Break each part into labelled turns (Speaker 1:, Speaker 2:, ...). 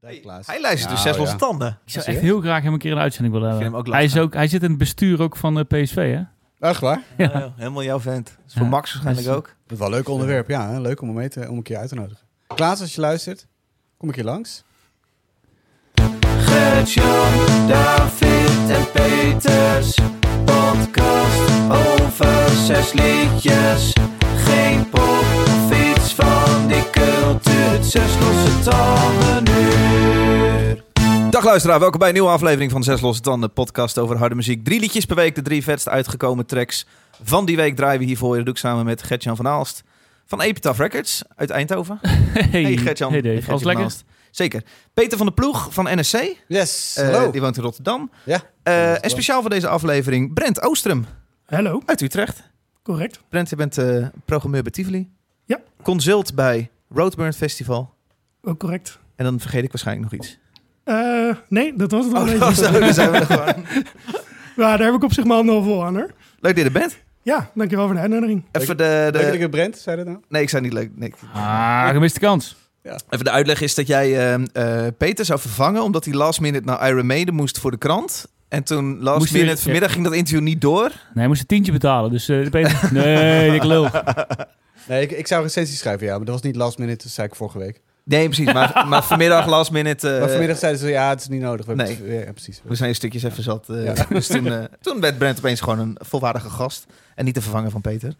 Speaker 1: Hey,
Speaker 2: Klaas.
Speaker 1: Hij luistert dus
Speaker 2: Nou,
Speaker 1: zes
Speaker 2: ja.
Speaker 1: losse tanden.
Speaker 3: Ik zou
Speaker 2: Serieus?
Speaker 3: echt heel graag hem een keer in de uitzending willen
Speaker 1: vind
Speaker 3: hebben.
Speaker 1: hem ook
Speaker 3: hij, is
Speaker 1: lastig.
Speaker 3: ook, hij zit in het bestuur ook van eh, PSV, hè?
Speaker 2: Echt waar?
Speaker 3: Ja.
Speaker 1: Nou, helemaal jouw vent. Dat is voor
Speaker 3: Ja.
Speaker 1: Max waarschijnlijk
Speaker 3: Dus-
Speaker 1: ook.
Speaker 2: Dat is wel een leuk onderwerp, ja. hè. Leuk om, hem mee te, om een keer uit te nodigen. Klaas, als je luistert, kom ik hier langs.
Speaker 4: David en Peters. Podcast over zes liedjes. Geen pop of iets van die cultuur. Zes losse tanden uur.
Speaker 1: Dag luisteraar, welkom bij een nieuwe aflevering van Zes Losse Tanden, podcast over harde muziek. Drie liedjes per week, de drie vetst uitgekomen tracks van die week draaien we hiervoor. Dat doe ik samen met Gertjan van Aalst van Epitaph Records uit Eindhoven.
Speaker 3: Hey,
Speaker 1: Hey Gertjan.
Speaker 3: Hey Dave,
Speaker 1: Gertjan
Speaker 3: alles
Speaker 1: van
Speaker 3: lekker?
Speaker 1: Aalst. Zeker. Peter van de Ploeg van NSC,
Speaker 2: Yes,
Speaker 1: eh,
Speaker 2: hallo.
Speaker 1: die woont in Rotterdam.
Speaker 2: Ja.
Speaker 1: Eh, en speciaal voor deze aflevering Brent Oostrum
Speaker 5: Hallo,
Speaker 1: uit Utrecht.
Speaker 5: correct.
Speaker 1: Brent, je bent eh, programmeur bij Tivoli.
Speaker 5: Ja.
Speaker 1: Consult bij Roadburn Festival.
Speaker 5: Ook Oh, correct.
Speaker 1: En dan vergeet ik waarschijnlijk nog iets.
Speaker 5: Eh, nee, dat was het al een
Speaker 1: Oh,
Speaker 5: beetje.
Speaker 1: zo, daar zijn we er gewoon.
Speaker 5: Maar daar heb ik op zich maar al vol aan hoor.
Speaker 1: Leuk dat je er bent.
Speaker 5: Ja, dankjewel voor de uitnodiging.
Speaker 1: Even de,
Speaker 2: Leuk dat
Speaker 1: de...
Speaker 2: ik het Brent, zei dat nou?
Speaker 1: Nee, ik zei niet leuk. Nee, ik-
Speaker 3: Ah, gemiste kans.
Speaker 1: Even de uitleg is dat jij eh, eh, Peter zou vervangen omdat hij last minute naar Iron Maiden moest voor de krant. En toen last
Speaker 3: Moest hij-
Speaker 1: minute vanmiddag ging dat interview niet door.
Speaker 3: Nee, hij moest een tientje betalen, dus... eh, Peter- nee, ik lul.
Speaker 2: Nee, ik, ik zou recensies schrijven, ja. Maar dat was niet last minute, dat zei ik vorige week.
Speaker 1: Nee, precies. Maar, maar vanmiddag last minute. eh,
Speaker 2: maar vanmiddag zeiden ze, ja, het is niet nodig. We hebben
Speaker 1: nee.
Speaker 2: het- ja, precies.
Speaker 1: We zijn stukjes even zat. eh,
Speaker 2: Ja.
Speaker 1: Dus toen, eh, toen werd Brent opeens gewoon een volwaardige gast. En niet de vervanger van Peter.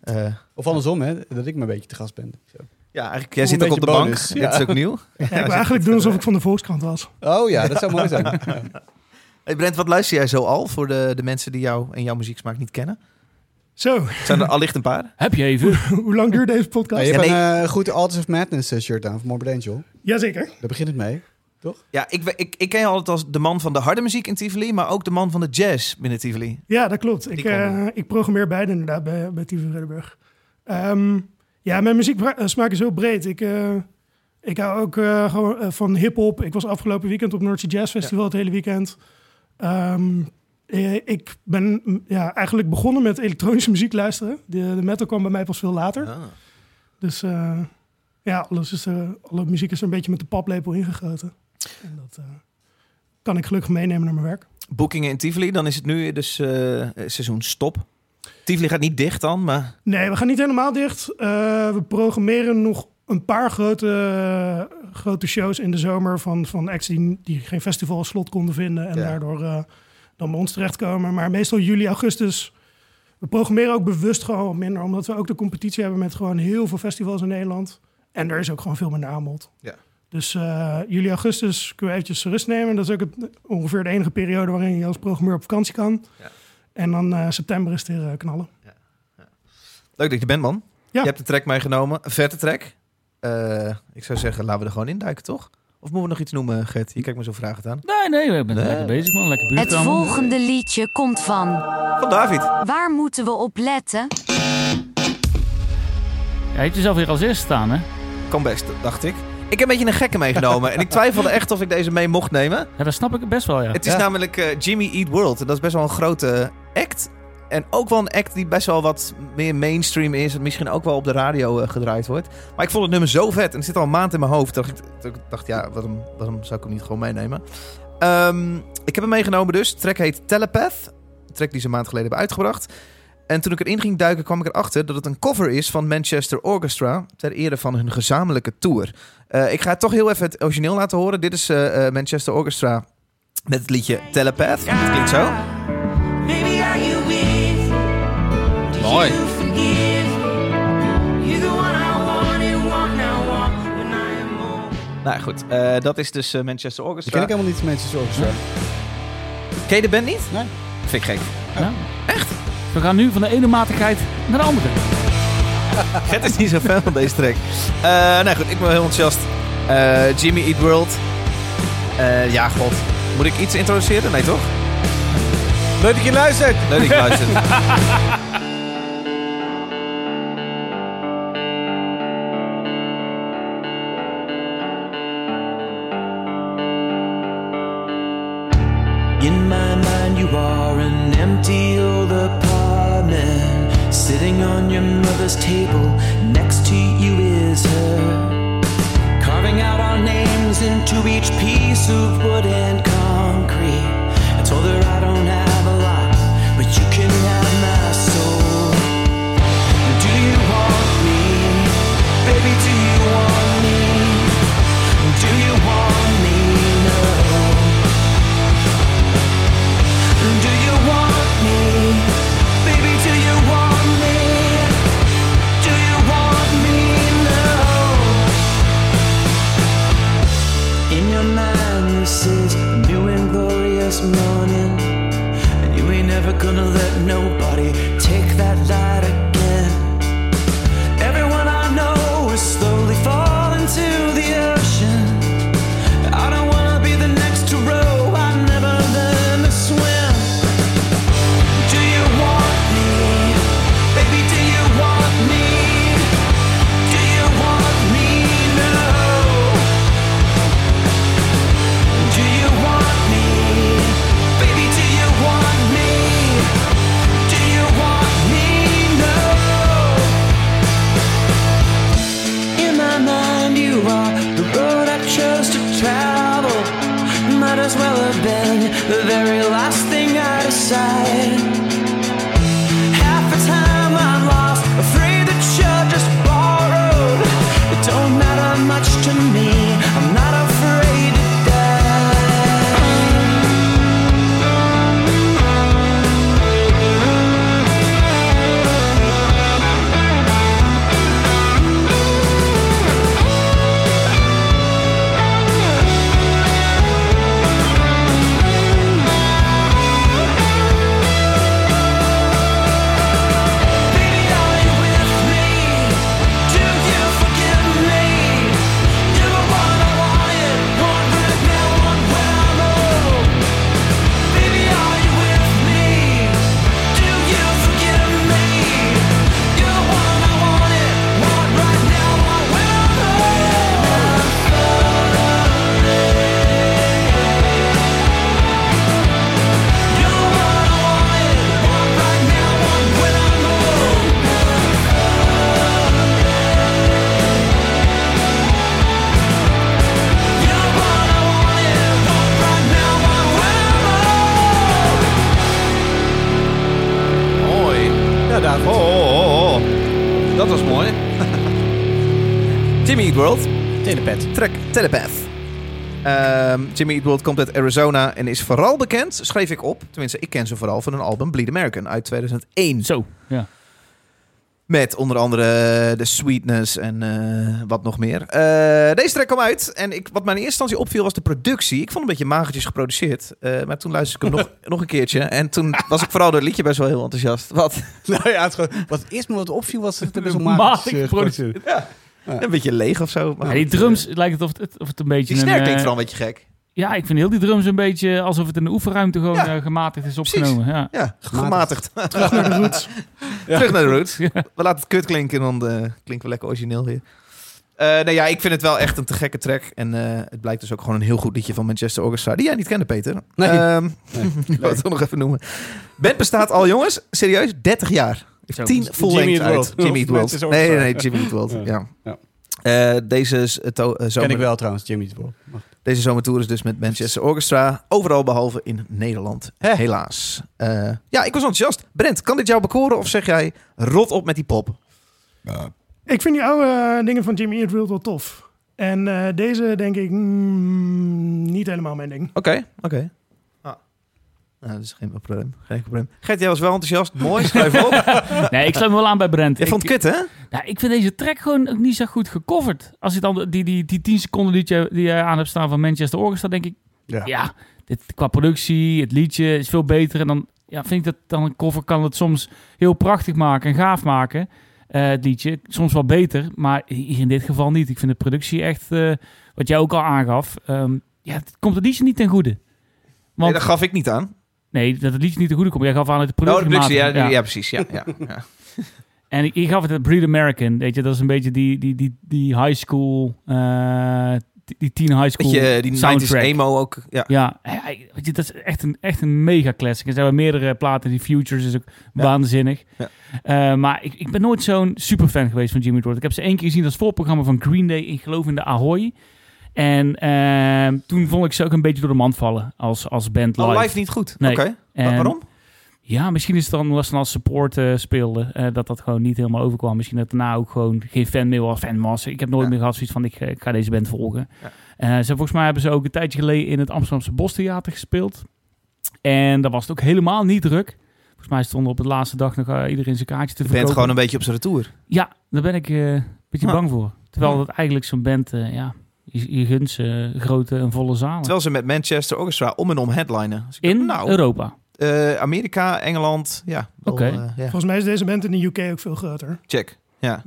Speaker 1: Eh,
Speaker 2: Of andersom, hè, dat ik maar een beetje te gast ben. Zo.
Speaker 1: ja, eigenlijk, jij
Speaker 2: Om
Speaker 1: zit
Speaker 2: een
Speaker 1: ook op de
Speaker 2: beetje
Speaker 1: bank.
Speaker 2: bonus,
Speaker 1: Dit is ook nieuw.
Speaker 5: Ja, ik wil eigenlijk doen alsof ik van de Volkskrant was.
Speaker 2: Oh ja, dat zou mooi zijn. Ja.
Speaker 1: Hey Brent, wat luister jij zo al voor de, de mensen die jou en jouw muzieksmaak niet kennen?
Speaker 5: Zo,
Speaker 1: Zijn er allicht een paar?
Speaker 3: Heb je even?
Speaker 5: hoe lang duurt deze
Speaker 2: Nou,
Speaker 5: podcast?
Speaker 2: je
Speaker 1: Ja,
Speaker 2: hebt
Speaker 1: nee.
Speaker 2: een eh, goed Alters of Madness eh, shirt aan van Morbid Angel.
Speaker 5: Jazeker.
Speaker 2: Daar begint het mee.
Speaker 1: Ja, ik, we- ik, ik ken je altijd als de man van de harde muziek in Tivoli, maar ook de man van de jazz binnen Tivoli.
Speaker 5: Ja, dat klopt.
Speaker 1: Die
Speaker 5: Ik,
Speaker 1: komen.
Speaker 5: eh, ik programmeer beide inderdaad bij, bij TV Vredenburg. Ehm, ja, mijn muziek eh, smaak is heel breed. Ik, eh, ik hou ook eh, gewoon eh, van hip-hop. Ik was afgelopen weekend op Noordse Jazz Festival het hele weekend. Ehm, eh, ik ben mm, ja, eigenlijk begonnen met elektronische muziek luisteren. De, de metal kwam bij mij pas veel later.
Speaker 1: Ah.
Speaker 5: Dus eh, ja, alles is, eh, alle muziek is er een beetje met de paplepel ingegoten. En dat eh, kan ik gelukkig meenemen naar mijn werk.
Speaker 1: boekingen in Tivoli, dan is het nu dus eh, seizoen stop. Tivoli gaat niet dicht dan, maar
Speaker 5: Nee, we gaan niet helemaal dicht. Eh, we programmeren nog een paar grote, eh, grote shows in de zomer van, van acts die, die geen festival als slot konden vinden en
Speaker 1: Ja.
Speaker 5: daardoor eh, dan bij ons terechtkomen. Maar meestal juli, augustus. We programmeren ook bewust gewoon wat minder, omdat we ook de competitie hebben met gewoon heel veel festivals in Nederland. En er is ook gewoon veel meer aanbod.
Speaker 1: Ja.
Speaker 5: Dus eh, juli, augustus kun je eventjes rust nemen. Dat is ook het, ongeveer de enige periode waarin je als programmeur op vakantie kan.
Speaker 1: Ja.
Speaker 5: En dan eh, september is het weer eh, knallen.
Speaker 1: leuk dat je bent man.
Speaker 5: Ja.
Speaker 1: Je hebt de track meegenomen, een vette track. Eh, ik zou zeggen, laten we er gewoon induiken, toch? Of moeten we nog iets noemen, Gert? Je kijkt me zo vragend aan.
Speaker 3: Nee, nee, we zijn
Speaker 1: Nee.
Speaker 3: lekker bezig, man. Lekker buurt
Speaker 6: Het volgende liedje komt van.
Speaker 1: Van David.
Speaker 6: Waar moeten we op letten?
Speaker 3: Hij heeft jezelf weer als eerste staan, hè?
Speaker 1: Kan best, dacht ik. Ik heb een beetje een gekke meegenomen. en ik twijfelde echt of ik deze mee mocht nemen.
Speaker 3: Ja, dat snap ik best wel, ja.
Speaker 1: Het is
Speaker 2: Ja.
Speaker 1: namelijk eh, Jimmy Eat World. En dat is best wel een grote act. En ook wel een act die best wel wat meer mainstream is. En misschien ook wel op de radio eh, gedraaid wordt. Maar ik vond het nummer zo vet. En het zit al een maand in mijn hoofd. Dat ik, dat ik dacht, ja, waarom, waarom zou ik hem niet gewoon meenemen? Ehm, ik heb hem meegenomen dus. De track heet Telepath. De track die ze een maand geleden hebben uitgebracht. En toen ik erin ging duiken kwam ik erachter dat het een cover is van Manchester Orchestra. Ter ere van hun gezamenlijke tour. Eh, ik ga toch heel even het origineel laten horen. Dit is eh, eh, Manchester Orchestra met het liedje Telepath. Het klinkt zo.
Speaker 7: Baby, are you with? Do
Speaker 1: Mooi.
Speaker 7: you forgive? You're the one I wanted, one I want when I am old.
Speaker 1: Nou goed, eh, dat is dus eh, Manchester
Speaker 2: Dat
Speaker 1: Orchestra.
Speaker 2: ken ik helemaal niet, Manchester Orchestra.
Speaker 1: Ken je de band niet?
Speaker 2: Nee.
Speaker 1: Vind ik gek.
Speaker 3: We gaan nu van de ene matigheid naar de andere.
Speaker 1: Gert is niet zo fan van deze track. Eh, nou goed, ik ben heel enthousiast. Eh, Jimmy Eat World. Eh, ja, god. Moet ik iets introduceren? Nee, toch?
Speaker 2: Leuk dat je luistert!
Speaker 1: Leuk dat ik luister.
Speaker 4: In my mind, you are an empty old apartment. Sitting on your mother's table, next to you is her. Carving
Speaker 8: carving out our names into each piece of wood and concrete. I told her I don't have a lot, but you can have my soul. Do you want me? Baby, do you want me? Do you want me? No. Do you want me? Baby, do you want me? Do you want me? No. In your mind, this is a new and glorious morning. And you ain't ever gonna let nobody take that light again. Everyone I know is slowly falling to the ocean. I don't wanna be the next to row, I never learned to swim. Do you want me? Baby, do you want me? Do you want me? No. Do you want me? Baby, do you want me? Do you want me? No. In my mind, you are the road I chose to travel. Might as well have been the very last thing I decide. Half the time I'm lost, afraid that you're just borrowed. It don't matter much to me. I'm not afraid to die. Baby, are you with me? Do you forgive me? You were what I wanted, one right now, one when I'm old. Baby, are you with me? Do you forgive me? You were what I wanted, one right now, one when I'm old. You were what I wanted, one right now, one when I'm old. You're what I wanted, want right now, want when I'm old.
Speaker 1: Mooi.
Speaker 2: Ja, David.
Speaker 1: Oh, oh, oh, oh. Dat was mooi. Jimmy Eat World.
Speaker 2: Telepet.
Speaker 1: Track Telepath. Ehm, Jimmy Eat World komt uit Arizona en is vooral bekend, schreef ik op. Tenminste, ik ken ze vooral van hun album Bleed American uit 2001.
Speaker 3: Zo, ja.
Speaker 1: Met onder andere eh, The Sweetness en eh, wat nog meer. Eh, deze track kwam uit en ik, wat mij in eerste instantie opviel was de productie. Ik vond het een beetje magertjes geproduceerd. eh, maar toen luisterde ik hem nog, nog een keertje. En toen was ik vooral door het liedje best wel heel enthousiast. Wat
Speaker 2: Nou ja, het, gewoon- wat eerst me wat opviel was dat het best wel
Speaker 3: Matig
Speaker 2: matig eh,
Speaker 3: geproduceerd.
Speaker 2: geproduceerd.
Speaker 1: een beetje leeg of zo. Maar
Speaker 3: Ja, die drums lijkt het of het, of het een beetje...
Speaker 1: Die snare
Speaker 3: een, eh,
Speaker 1: klinkt vooral een beetje gek.
Speaker 3: Ja, ik vind heel die drums een beetje alsof het in de oefenruimte gewoon
Speaker 1: Ja.
Speaker 3: eh, gematigd is
Speaker 1: Precies.
Speaker 3: opgenomen. Ja.
Speaker 1: Ja, gematigd.
Speaker 2: gematigd.
Speaker 1: Terug naar de roots. Terug naar de roots. We laten het kut klinken en dan eh, klinken we lekker origineel weer. Eh, nee, ja, ik vind het wel echt een te gekke track. En eh, het blijkt dus ook gewoon een heel goed liedje van Manchester Orchestra. Die jij niet kende, Peter.
Speaker 2: Nee.
Speaker 1: Ehm,
Speaker 2: Nee.
Speaker 1: ik wou het toch nog even noemen. Band bestaat al, jongens, serieus, 30 jaar.
Speaker 3: Zo.
Speaker 1: Tien full
Speaker 2: Jimmy
Speaker 1: length
Speaker 2: Eat World.
Speaker 1: uit. Jimmy Eat
Speaker 2: Of
Speaker 1: World.
Speaker 2: Manchester
Speaker 1: Nee, nee,
Speaker 2: Orchestra.
Speaker 1: nee, Jimmy Eat World. Ja.
Speaker 2: Ja.
Speaker 1: Eh, deze, is, eh, to- eh,
Speaker 2: Ken ik
Speaker 1: zomer,
Speaker 2: wel trouwens, Jimmy Eat World. Maar-
Speaker 1: deze zomertour is dus met Manchester Orchestra. Overal behalve in Nederland.
Speaker 2: Hè?
Speaker 1: Helaas. Eh, ja, ik was enthousiast. Brent, kan dit jou bekoren of zeg jij rot op met die pop?
Speaker 5: Ik vind die oude eh, dingen van Jimmy Eat World wel tof. En eh, deze denk ik mm, niet helemaal mijn ding.
Speaker 1: Oké, oké. Ah. Nou, dat is geen probleem. Geen probleem. Gert, jij was wel enthousiast. Mooi, schrijf op.
Speaker 3: Nee, ik sluit me wel aan bij Brent.
Speaker 1: Je vond het
Speaker 3: ik,
Speaker 1: kut, hè?
Speaker 3: nou, ik vind deze track gewoon ook niet zo goed gecoverd. Als je dan die, die, die, 10 seconden liedje die je aan hebt staan van Manchester Orchestra, denk ik,
Speaker 2: Ja.
Speaker 3: ja, dit, qua productie, het liedje is veel beter. En dan ja, vind ik dat dan een cover kan het soms heel prachtig maken en gaaf maken. eh, het liedje, soms wel beter, maar hier in dit geval niet. Ik vind de productie echt, eh, wat jij ook al aangaf, ehm, ja, het komt het liedje niet ten goede.
Speaker 1: Nee,
Speaker 3: Want,
Speaker 1: dat gaf ik niet aan.
Speaker 3: nee, dat het liedje niet ten goede komt. Jij gaf aan uit de
Speaker 1: Oh, de
Speaker 3: productie.
Speaker 1: productie, ja,
Speaker 3: maakt het,
Speaker 1: ja. precies. Ja, ja, ja.
Speaker 3: en ik, ik gaf het een Breed American. Weet je, dat is een beetje die, die, die, die high school. eh, die, die teen high school.
Speaker 1: Weet je, eh, die 90s
Speaker 3: soundtrack.
Speaker 1: emo ook. Ja.
Speaker 3: Ja, hij- weet je, dat is echt een, echt een mega classic. Er zijn wel meerdere platen. Die Futures is ook waanzinnig.
Speaker 1: Ja.
Speaker 3: Eh, maar ik, ik ben nooit zo'n superfan geweest van Jimmy Eat World. Ik heb ze één keer gezien als voorprogramma van Green Day. Ik geloof in de Ahoy. En ehm, toen vond ik ze ook een beetje door de mand vallen als, als band live.
Speaker 1: Oh, live niet goed.
Speaker 3: Nee.
Speaker 1: Oké.
Speaker 3: En-
Speaker 1: Wa- Waarom?
Speaker 3: Ja, misschien is het dan als ze dan als support eh, speelden, eh, dat dat gewoon niet helemaal overkwam. Misschien dat daarna ook gewoon geen fanmail of fanmassa. Ik heb nooit
Speaker 1: Ja.
Speaker 3: meer gehad zoiets van, ik, eh, ik ga deze band volgen.
Speaker 1: Ja.
Speaker 3: Eh, ze, volgens mij hebben ze ook een tijdje geleden in het Amsterdamse Bostheater gespeeld. En daar was het ook helemaal niet druk. Volgens mij stonden op de laatste dag nog eh, iedereen zijn kaartje te
Speaker 1: Je bent
Speaker 3: verkopen.
Speaker 1: gewoon een beetje op zijn retour.
Speaker 3: Ja, daar ben ik eh, een beetje
Speaker 1: Ja.
Speaker 3: bang voor. Terwijl
Speaker 1: Ja.
Speaker 3: dat eigenlijk zo'n band, eh, ja, je, je gunt ze eh, grote en volle zalen.
Speaker 1: Terwijl ze met Manchester Orchestra om en om headlinen. Dus ik
Speaker 3: In
Speaker 1: dacht, nou,
Speaker 3: Europa.
Speaker 1: eh, Amerika, Engeland. Ja, wel,
Speaker 3: Oké.
Speaker 1: eh, ja.
Speaker 5: Volgens mij is deze band in de UK ook veel groter.
Speaker 1: Check. Ja.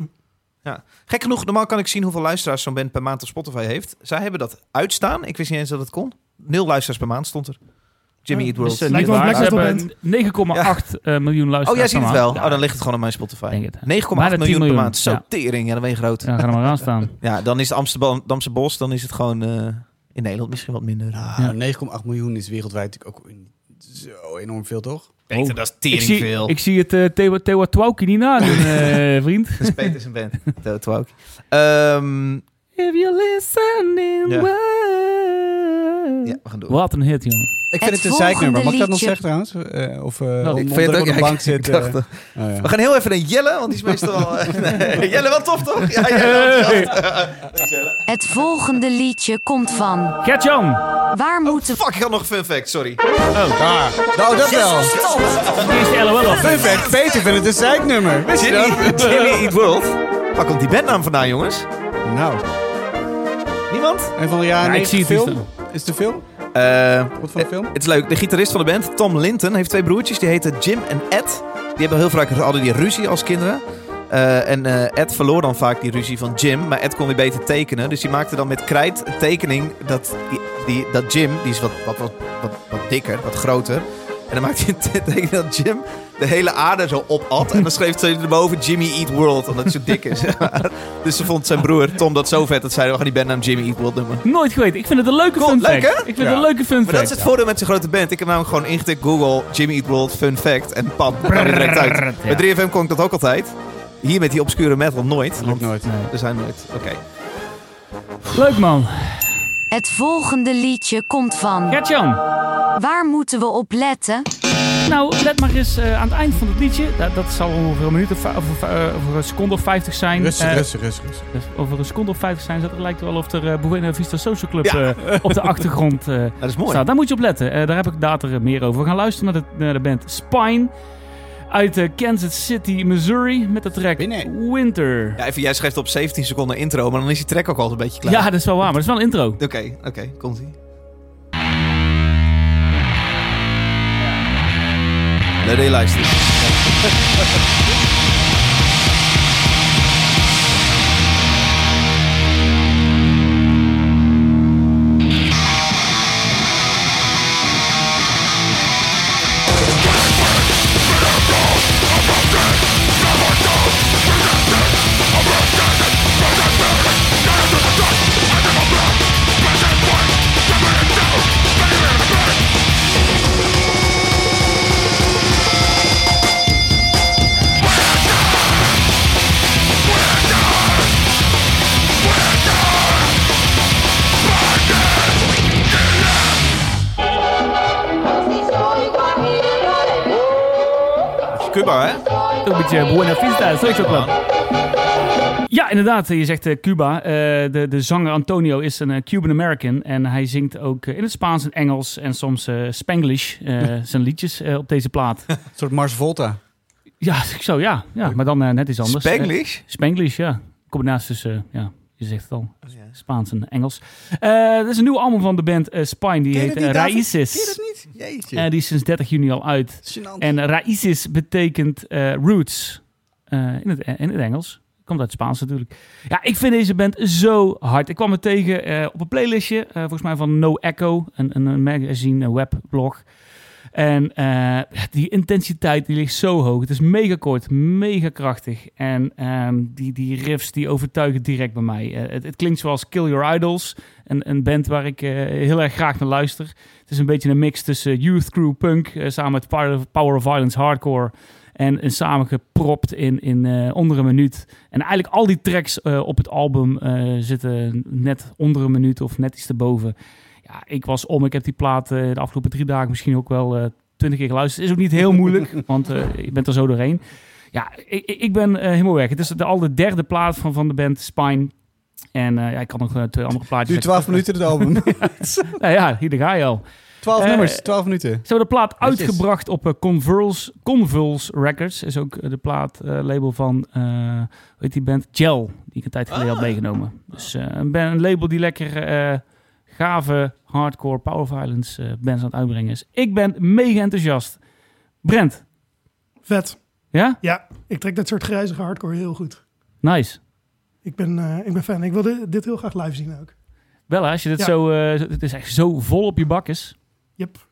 Speaker 1: ja. Gek genoeg, normaal kan ik zien hoeveel luisteraars zo'n band per maand op Spotify heeft. Zij hebben dat uitstaan. Ik wist niet eens dat het kon. Nul luisteraars per maand stond er. Jimmy
Speaker 5: Ja,
Speaker 1: Eat World.
Speaker 3: Dus, eh,
Speaker 5: Lijkt wel een
Speaker 3: waar.
Speaker 5: Black
Speaker 3: Ze
Speaker 5: Metal
Speaker 3: hebben 9,8 eh, miljoen luisteraars.
Speaker 1: oh, jij ziet het
Speaker 3: per
Speaker 1: wel.
Speaker 3: maand.
Speaker 1: Oh, dan ligt het gewoon op mijn Spotify. 9,8
Speaker 3: Denk het, hè. Bijna
Speaker 1: miljoen,
Speaker 3: 10
Speaker 1: per
Speaker 3: miljoen,
Speaker 1: maand. Zo,
Speaker 3: ja.
Speaker 1: tering. Ja, dan ben je groot.
Speaker 3: Ja, ga er maar aan staan.
Speaker 1: Ja, dan is het Amsterdamse Bos. Dan is het gewoon eh, in Nederland misschien wat minder.
Speaker 2: Ah, 9,8 miljoen is wereldwijd natuurlijk ook een- zo enorm veel, toch?
Speaker 1: Peter, dat is
Speaker 3: Oh.
Speaker 1: tering
Speaker 3: Ik zie, ik zie het eh Tewa Tewa Twauki niet nadoen, eh, vriend.
Speaker 1: Dat is Peter zijn band. Dat wou ik. Ehm,
Speaker 3: If you listen in
Speaker 1: Ja.
Speaker 3: words.
Speaker 1: ja, we gaan door.
Speaker 3: Wat een hit, jongen.
Speaker 2: Ik
Speaker 6: Het
Speaker 2: vind het een
Speaker 6: volgende
Speaker 2: zeiknummer. Mag ik dat nog
Speaker 6: liedje.
Speaker 2: zeggen trouwens? Eh, of eh
Speaker 3: Nou,
Speaker 2: om-
Speaker 1: Ik
Speaker 2: om
Speaker 1: vind
Speaker 2: er
Speaker 1: het ook-
Speaker 2: op de
Speaker 1: ja,
Speaker 2: bank
Speaker 1: ik-
Speaker 2: zitten.
Speaker 1: ik dacht, eh,
Speaker 2: eh, oh ja.
Speaker 1: We gaan heel even naar Jelle, want die is meestal... eh, nee, Jelle, wel tof toch? Ja, Jelle, wel tof.
Speaker 6: Het volgende liedje komt van.
Speaker 3: Gert-Jan,
Speaker 6: Waar
Speaker 2: Oh,
Speaker 6: moeten
Speaker 1: Fuck, ik had nog een fun fact, sorry.
Speaker 2: Nou, dat wel.
Speaker 3: die is de LOL op.
Speaker 2: Perfect. Peter vindt het een zeiknummer. Wist je dat?
Speaker 1: Jimmy, Jimmy Eat World. Waar komt die bandnaam vandaan, jongens?
Speaker 2: Nou,
Speaker 1: Niemand?
Speaker 2: en van ja,
Speaker 3: Ja,
Speaker 2: nee,
Speaker 3: ik zie het
Speaker 2: film.
Speaker 3: niet
Speaker 2: Is het de film?
Speaker 1: Eh,
Speaker 2: Wat voor een film?
Speaker 1: het is leuk, de gitarist van de band, Tom Linton, heeft twee broertjes. Die heten Jim en Ed. Die hebben heel vaak hadden die ruzie als kinderen. Eh, en eh, Ed verloor dan vaak die ruzie van Jim. Maar Ed kon weer beter tekenen. Dus die maakte dan met krijt een tekening dat, die, die, dat Jim, die is wat, wat, wat, wat, wat dikker, wat groter. En dan maakte hij een te- tekening dat Jim de hele aarde zo opat. En dan schreef ze erboven Jimmy Eat World, omdat hij zo dik is. dus ze vond zijn broer Tom dat zo vet dat zij we gaan die bandnaam Jimmy Eat World noemen.
Speaker 3: Nooit geweten. Ik vind het een leuke
Speaker 1: Cool,
Speaker 3: fun
Speaker 1: leuk,
Speaker 3: fact. Ik vind het een leuke fun
Speaker 1: Maar dat is
Speaker 3: fact.
Speaker 1: het voordeel met zo'n grote band. Ik heb namelijk gewoon ingetikt Google Jimmy Eat World Fun Fact en pam, kwam er direct uit. Bij
Speaker 3: ja.
Speaker 1: 3FM kon ik dat ook altijd. Hier met die obscure metal nooit.
Speaker 2: Lukt
Speaker 1: Want
Speaker 2: nooit.
Speaker 1: er zijn nooit. Oké.
Speaker 3: Leuk, man.
Speaker 6: Het volgende liedje komt van.
Speaker 3: Gert-Jan,
Speaker 6: Waar moeten we op letten?
Speaker 3: nou, let maar eens eh, aan het eind van het liedje. Dat, dat zal ongeveer een minuut of, va- of, eh, of een seconde of 50 zijn.
Speaker 2: Rustig,
Speaker 3: Eh,
Speaker 2: rustig, rustig, rustig.
Speaker 3: Dus over een seconde of vijf zijn, dat lijkt wel of er eh Buena Vista Social Club
Speaker 1: Ja.
Speaker 3: eh, op de achtergrond eh,
Speaker 1: Dat is mooi.
Speaker 3: staat. Daar moet je op letten. Eh, daar heb ik later eh, meer over. We gaan luisteren naar de, naar de band Spine uit eh, Kansas City, Missouri met de track
Speaker 2: Binnen.
Speaker 3: Winter. Ja,
Speaker 1: Ja, even, jij schrijft op 17 seconden intro, maar dan is die track ook al een beetje klaar.
Speaker 3: dat is wel waar, maar dat is wel een intro.
Speaker 1: Oké, oké. komt ie. Leuk dat je luistert. Cuba, hè?
Speaker 3: Ook een beetje Buena Vista Social Club. Ja, inderdaad. Je zegt eh, Cuba. Eh, de, de zanger Antonio is een eh, Cuban-American. En hij zingt ook eh, in het Spaans en Engels en soms eh, Spanglish eh, zijn liedjes eh, op deze plaat.
Speaker 2: Een soort Mars Volta.
Speaker 3: Ja, zo, ja. ja maar dan eh, net iets anders. Eh,
Speaker 1: Spanglish?
Speaker 3: Spanglish, ja. Combinatie tussen, eh, ja, je zegt het al, Spaans en Engels. Eh dat is een nieuw album van de band eh, Spine, die
Speaker 2: Ken je
Speaker 3: heet
Speaker 2: dat
Speaker 3: eh,
Speaker 2: niet, David? Zie je
Speaker 3: Raíces.
Speaker 2: dat niet? Jeetje.
Speaker 3: En die is sinds 30 juni al uit.
Speaker 2: Gênant.
Speaker 3: En Raíces betekent eh, roots eh, in, het, in het Engels. Komt uit het Spaans natuurlijk. Ja, ik vind deze band zo hard. Ik kwam het tegen eh, op een playlistje, eh, volgens mij van No Echo, een, een, een magazine, een webblog. En eh, die intensiteit die ligt zo hoog. Het is mega kort, mega krachtig. En ehm, die, die riffs die overtuigen direct bij mij. Eh, het, het klinkt zoals Kill Your Idols, een, een band waar ik eh, heel erg graag naar luister. Het is een beetje een mix tussen Youth Crew Punk eh, samen met Power, Power of Violence Hardcore En, en samengepropt in, in eh, onder een minuut. En eigenlijk al die tracks eh, op het album eh, zitten net onder een minuut of net iets erboven. Ja, ik was om. Ik heb die plaat eh, de afgelopen drie dagen misschien ook wel eh, twintig keer geluisterd. Is ook niet heel moeilijk, want eh, je bent er zo doorheen. Ja, ik, ik ik ben eh, helemaal weg. Het is de, al de derde plaat van, van de band Spine. En eh, ja, ik kan nog eh, twee andere plaatjes...
Speaker 2: Duurt 12 minuten het album.
Speaker 3: Nou ja, hier daar ga je al.
Speaker 2: 12
Speaker 3: Eh,
Speaker 2: nummers, 12 minuten.
Speaker 3: Ze hebben de plaat
Speaker 2: Netjes.
Speaker 3: uitgebracht op eh, Convulse, Convulse Records. Is ook eh, de plaatlabel label van, eh hoe heet die band? Gel, die ik een tijd geleden had meegenomen. Dus eh, een, ba- een label die lekker eh, gave hardcore power violence eh, bands aan het uitbrengen is. Ik ben mega enthousiast. Brent,
Speaker 5: Vet.
Speaker 3: ja?
Speaker 5: Ja, ik trek dat soort grijzige hardcore heel goed.
Speaker 3: Nice.
Speaker 5: Ik ben, eh, ik ben fan. Ik wil dit, dit heel graag live zien ook.
Speaker 3: Wel hè, als je dit
Speaker 5: Ja.
Speaker 3: zo, eh, zo- het is echt zo vol op je bak is.
Speaker 5: Yep.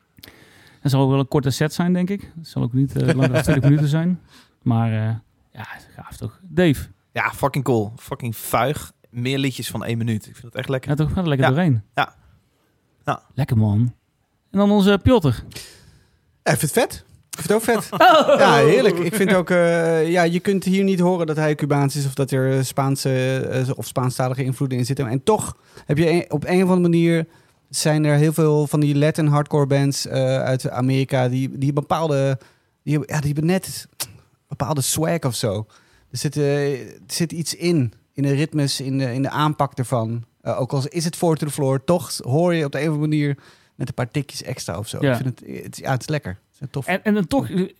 Speaker 3: Het zal ook wel een korte set zijn, denk ik. Het zal ook niet eh, langer dan 20 minuten zijn. Maar eh, ja, gaaf toch. Dave,
Speaker 1: Ja, fucking cool. Fucking vuig. Meer liedjes van één minuut. Ik vind het echt lekker.
Speaker 3: Ja, toch gaat er lekker
Speaker 1: Ja.
Speaker 3: doorheen.
Speaker 1: Ja. Ja.
Speaker 3: Lekker man. En dan onze Piotr.
Speaker 2: Ik Eh, vind het vet. Ik vind het ook vet. Ja, heerlijk. Ik vind ook, eh, ja, je kunt hier niet horen dat hij Cubaans is of dat er eh, Spaanse eh, of Spaanstalige invloeden in zitten. En toch heb je een- op een of andere manier zijn er heel veel van die Latin hardcore bands eh, uit Amerika die, die bepaalde, die, hebben- ja, die hebben net bepaalde swag of zo. Er zit, eh, er zit iets in, in de ritmes, in de, in de aanpak ervan. Eh, ook al is het voor to the floor, toch hoor je op de een of andere manier met een paar tikjes extra of zo.
Speaker 3: Ja.
Speaker 2: Ik vind het, het, ja, het is lekker. Het is tof.
Speaker 3: En, en dan toch, eh,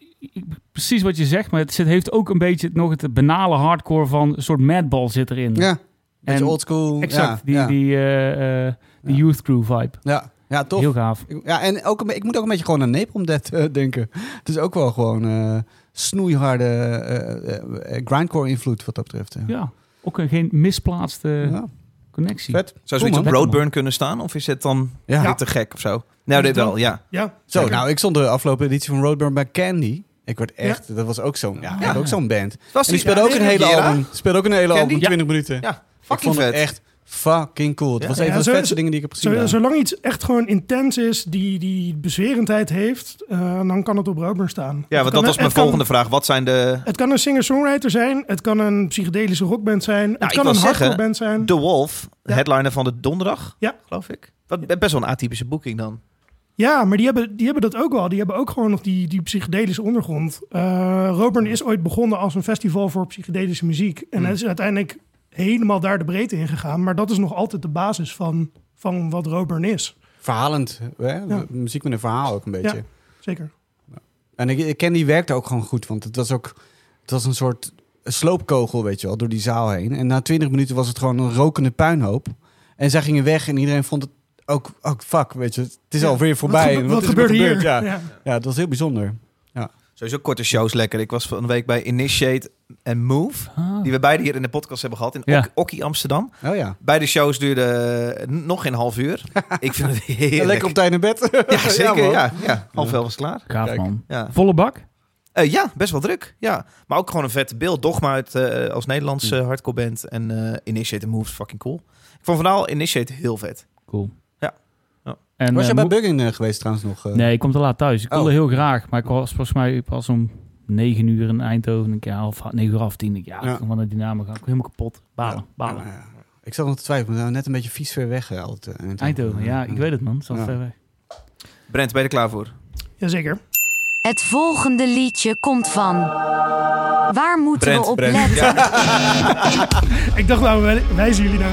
Speaker 3: precies wat je zegt, maar het zit, heeft ook een beetje nog het banale hardcore van een soort madball zit erin.
Speaker 2: Ja, beetje
Speaker 3: En-
Speaker 2: oldschool.
Speaker 3: Exact,
Speaker 2: ja,
Speaker 3: die,
Speaker 2: ja,
Speaker 3: die, eh, eh, die
Speaker 2: Ja.
Speaker 3: youth crew vibe.
Speaker 2: ja, ja, tof.
Speaker 3: Heel gaaf.
Speaker 2: Ik- Ja, en ook, een be- ik moet ook een beetje gewoon aan Napalm Death eh, denken. Het is ook wel gewoon eh, snoeiharde eh, eh, eh, grindcore invloed wat dat betreft. Ja.
Speaker 3: Ja, ook een- geen misplaatste
Speaker 2: Ja,
Speaker 3: connectie.
Speaker 2: vet.
Speaker 1: Zou
Speaker 2: Cool,
Speaker 1: zoiets op
Speaker 3: man.
Speaker 1: Roadburn kunnen staan? Of is het dan
Speaker 2: Ja.
Speaker 1: weer te gek of zo? Nou, dit wel, ja.
Speaker 5: Ja,
Speaker 2: Zo,
Speaker 5: zeker.
Speaker 2: nou, ik stond de afgelopen editie van Roadburn bij Candy. Ik werd echt, dat was ook zo'n ja,
Speaker 5: Ja.
Speaker 2: ook zo'n band.
Speaker 1: Was
Speaker 2: En die speelde ook een hele album. Speelde ook een hele
Speaker 1: Candy?
Speaker 2: album,
Speaker 1: Ja.
Speaker 2: 20 minuten.
Speaker 1: Ja,
Speaker 2: ik
Speaker 1: fucking
Speaker 2: vond het
Speaker 1: vet.
Speaker 2: echt fucking cool. Het
Speaker 1: Ja.
Speaker 2: was een
Speaker 5: Ja,
Speaker 2: van de
Speaker 5: zo-
Speaker 2: vetste
Speaker 5: zo-
Speaker 2: dingen die ik heb gezien.
Speaker 5: Zo,
Speaker 2: daar.
Speaker 5: zolang iets echt gewoon intens is, die, die bezwerendheid heeft, eh, dan kan het op Roadburn staan. Het
Speaker 1: Ja, want
Speaker 5: kan
Speaker 1: dat
Speaker 5: een-
Speaker 1: was mijn
Speaker 5: het kan-
Speaker 1: volgende vraag. Wat zijn de...
Speaker 5: Het kan een singer-songwriter zijn, het kan een psychedelische rockband zijn, het
Speaker 1: Nou, ik
Speaker 5: kan
Speaker 1: wou
Speaker 5: een
Speaker 1: zeggen,
Speaker 5: hardcore band zijn.
Speaker 1: The Wolf, de
Speaker 5: Ja.
Speaker 1: headliner van de donderdag,
Speaker 5: Ja.
Speaker 1: geloof ik. Wat, best wel een atypische boeking dan.
Speaker 5: Ja, maar die hebben, die hebben dat ook wel. Die hebben ook gewoon nog die, die psychedelische ondergrond. Eh Roadburn is ooit begonnen als een festival voor psychedelische muziek. En
Speaker 1: Hmm.
Speaker 5: het is uiteindelijk helemaal daar de breedte in gegaan. Maar dat is nog altijd de basis van, van wat Roadburn is.
Speaker 2: Verhalend. Hè?
Speaker 5: Ja.
Speaker 2: Muziek met een verhaal ook een beetje.
Speaker 5: Ja. Zeker.
Speaker 2: En ik, ik ken die werkte ook gewoon goed, want het was ook het was een soort sloopkogel, weet je wel, door die zaal heen. En na twintig minuten was het gewoon een rokende puinhoop. En zij gingen weg en iedereen vond het ook, ook fuck, weet je. Het is
Speaker 5: Ja,
Speaker 2: alweer voorbij.
Speaker 5: Wat,
Speaker 2: en
Speaker 5: gebe- wat
Speaker 2: is er
Speaker 5: gebeurt hier?
Speaker 2: Ja.
Speaker 5: Ja.
Speaker 2: ja, het was heel bijzonder.
Speaker 1: Sowieso korte shows lekker. Ik was van de week bij Initiate en Move,
Speaker 3: Ah.
Speaker 1: die we beide hier in de podcast hebben gehad in
Speaker 3: Ja.
Speaker 1: Ok- Okkie Amsterdam.
Speaker 2: Oh ja.
Speaker 1: Beide shows duurden eh, n- nog geen half uur. ik vind het heerlijk.
Speaker 2: Lekker op tijd naar bed.
Speaker 1: Ja, zeker.
Speaker 2: man.
Speaker 1: Ja, ja, Half elf was klaar.
Speaker 3: Gaaf
Speaker 2: Kijk.
Speaker 3: man.
Speaker 1: Ja.
Speaker 3: Volle bak?
Speaker 1: Eh, ja, best wel druk. Ja. Maar ook gewoon een vette beeld. Dogma uit, eh, als Nederlandse hardcore band. En eh, Initiate en Move is fucking cool. Ik vond vooral Initiate heel vet.
Speaker 3: Cool.
Speaker 1: Ja. Ja.
Speaker 3: En,
Speaker 2: Was
Speaker 3: eh,
Speaker 2: jij bij
Speaker 3: mo-
Speaker 2: Buggin eh, geweest trouwens nog? eh?
Speaker 3: Nee, ik kom te laat thuis. Ik
Speaker 2: Oh.
Speaker 3: wilde heel graag, maar ik was volgens mij pas om 9 uur in Eindhoven. Ik ja, half 9 uur half 10. Ik, ja,
Speaker 2: Ja.
Speaker 3: ik kom wel naar die namen gaan. Ik ben helemaal kapot. Balen,
Speaker 2: Ja.
Speaker 3: balen.
Speaker 2: Ja, ja. Ik zat nog te twijfelen, maar nou, net een beetje vies ver weg. eh, altijd, eh, in het
Speaker 3: Eindhoven, ja, ik weet het man. Het is al
Speaker 2: Ja.
Speaker 3: ver weg.
Speaker 1: Brent, ben je er klaar voor?
Speaker 5: Jazeker.
Speaker 6: Het volgende liedje komt van. Waar moeten
Speaker 1: Brent,
Speaker 6: we op
Speaker 1: Brent.
Speaker 6: letten?
Speaker 5: Ik dacht, nou, wij- wijzen jullie nou.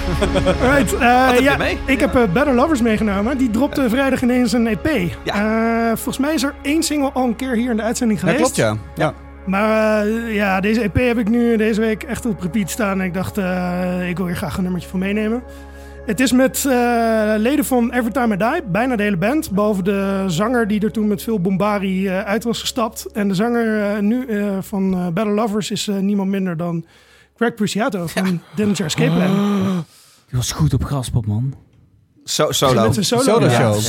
Speaker 5: Alright, eh,
Speaker 1: heb je
Speaker 5: ja,
Speaker 1: mee?
Speaker 5: ik heb eh, Better Lovers meegenomen. Die dropte vrijdag ineens een EP. Eh, volgens mij is er één single al een keer hier in de uitzending
Speaker 2: Ja,
Speaker 5: geweest.
Speaker 2: klopt ja. ja.
Speaker 5: Maar eh, ja, deze EP heb ik nu eh, deze week echt op repeat staan. En ik dacht, eh, ik wil hier graag een nummertje van meenemen. Het is met eh, leden van Every Time I Die, bijna de hele band. Behalve de zanger die er toen met veel bombari eh, uit was gestapt. En de zanger eh, nu eh, van eh, Battle Lovers is eh, niemand minder dan Greg Preciato van Dillinger Escape Plan.
Speaker 2: Oh.
Speaker 3: Je was goed op graspop man.
Speaker 1: So- solo.
Speaker 5: Met zijn solo,
Speaker 2: Solo
Speaker 5: ja.
Speaker 2: show.
Speaker 5: Ja.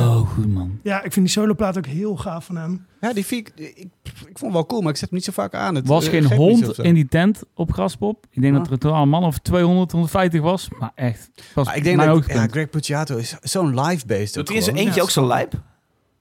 Speaker 3: Zo Oh, goed man.
Speaker 5: Ja, ik vind die soloplaat ook heel gaaf van hem.
Speaker 2: Ja, die vind ik, ik, ik vond hem wel cool, maar ik zet hem niet zo vaak aan. Het
Speaker 3: Er was
Speaker 2: eh,
Speaker 3: geen
Speaker 2: geeft me iets of
Speaker 3: hond
Speaker 2: zo.
Speaker 3: in die tent op graspop. Ik denk
Speaker 2: Ja.
Speaker 3: dat er een totaal een man of 200, 150 was. Maar echt, het was
Speaker 2: Maar Ah, ik denk
Speaker 3: mijn
Speaker 2: dat ja,
Speaker 3: hoogtepunt.
Speaker 2: Greg Puciato is zo'n live beest.
Speaker 1: Doet
Speaker 2: ook
Speaker 1: hij in zijn
Speaker 2: gewoon.
Speaker 1: eentje ook zo lijp?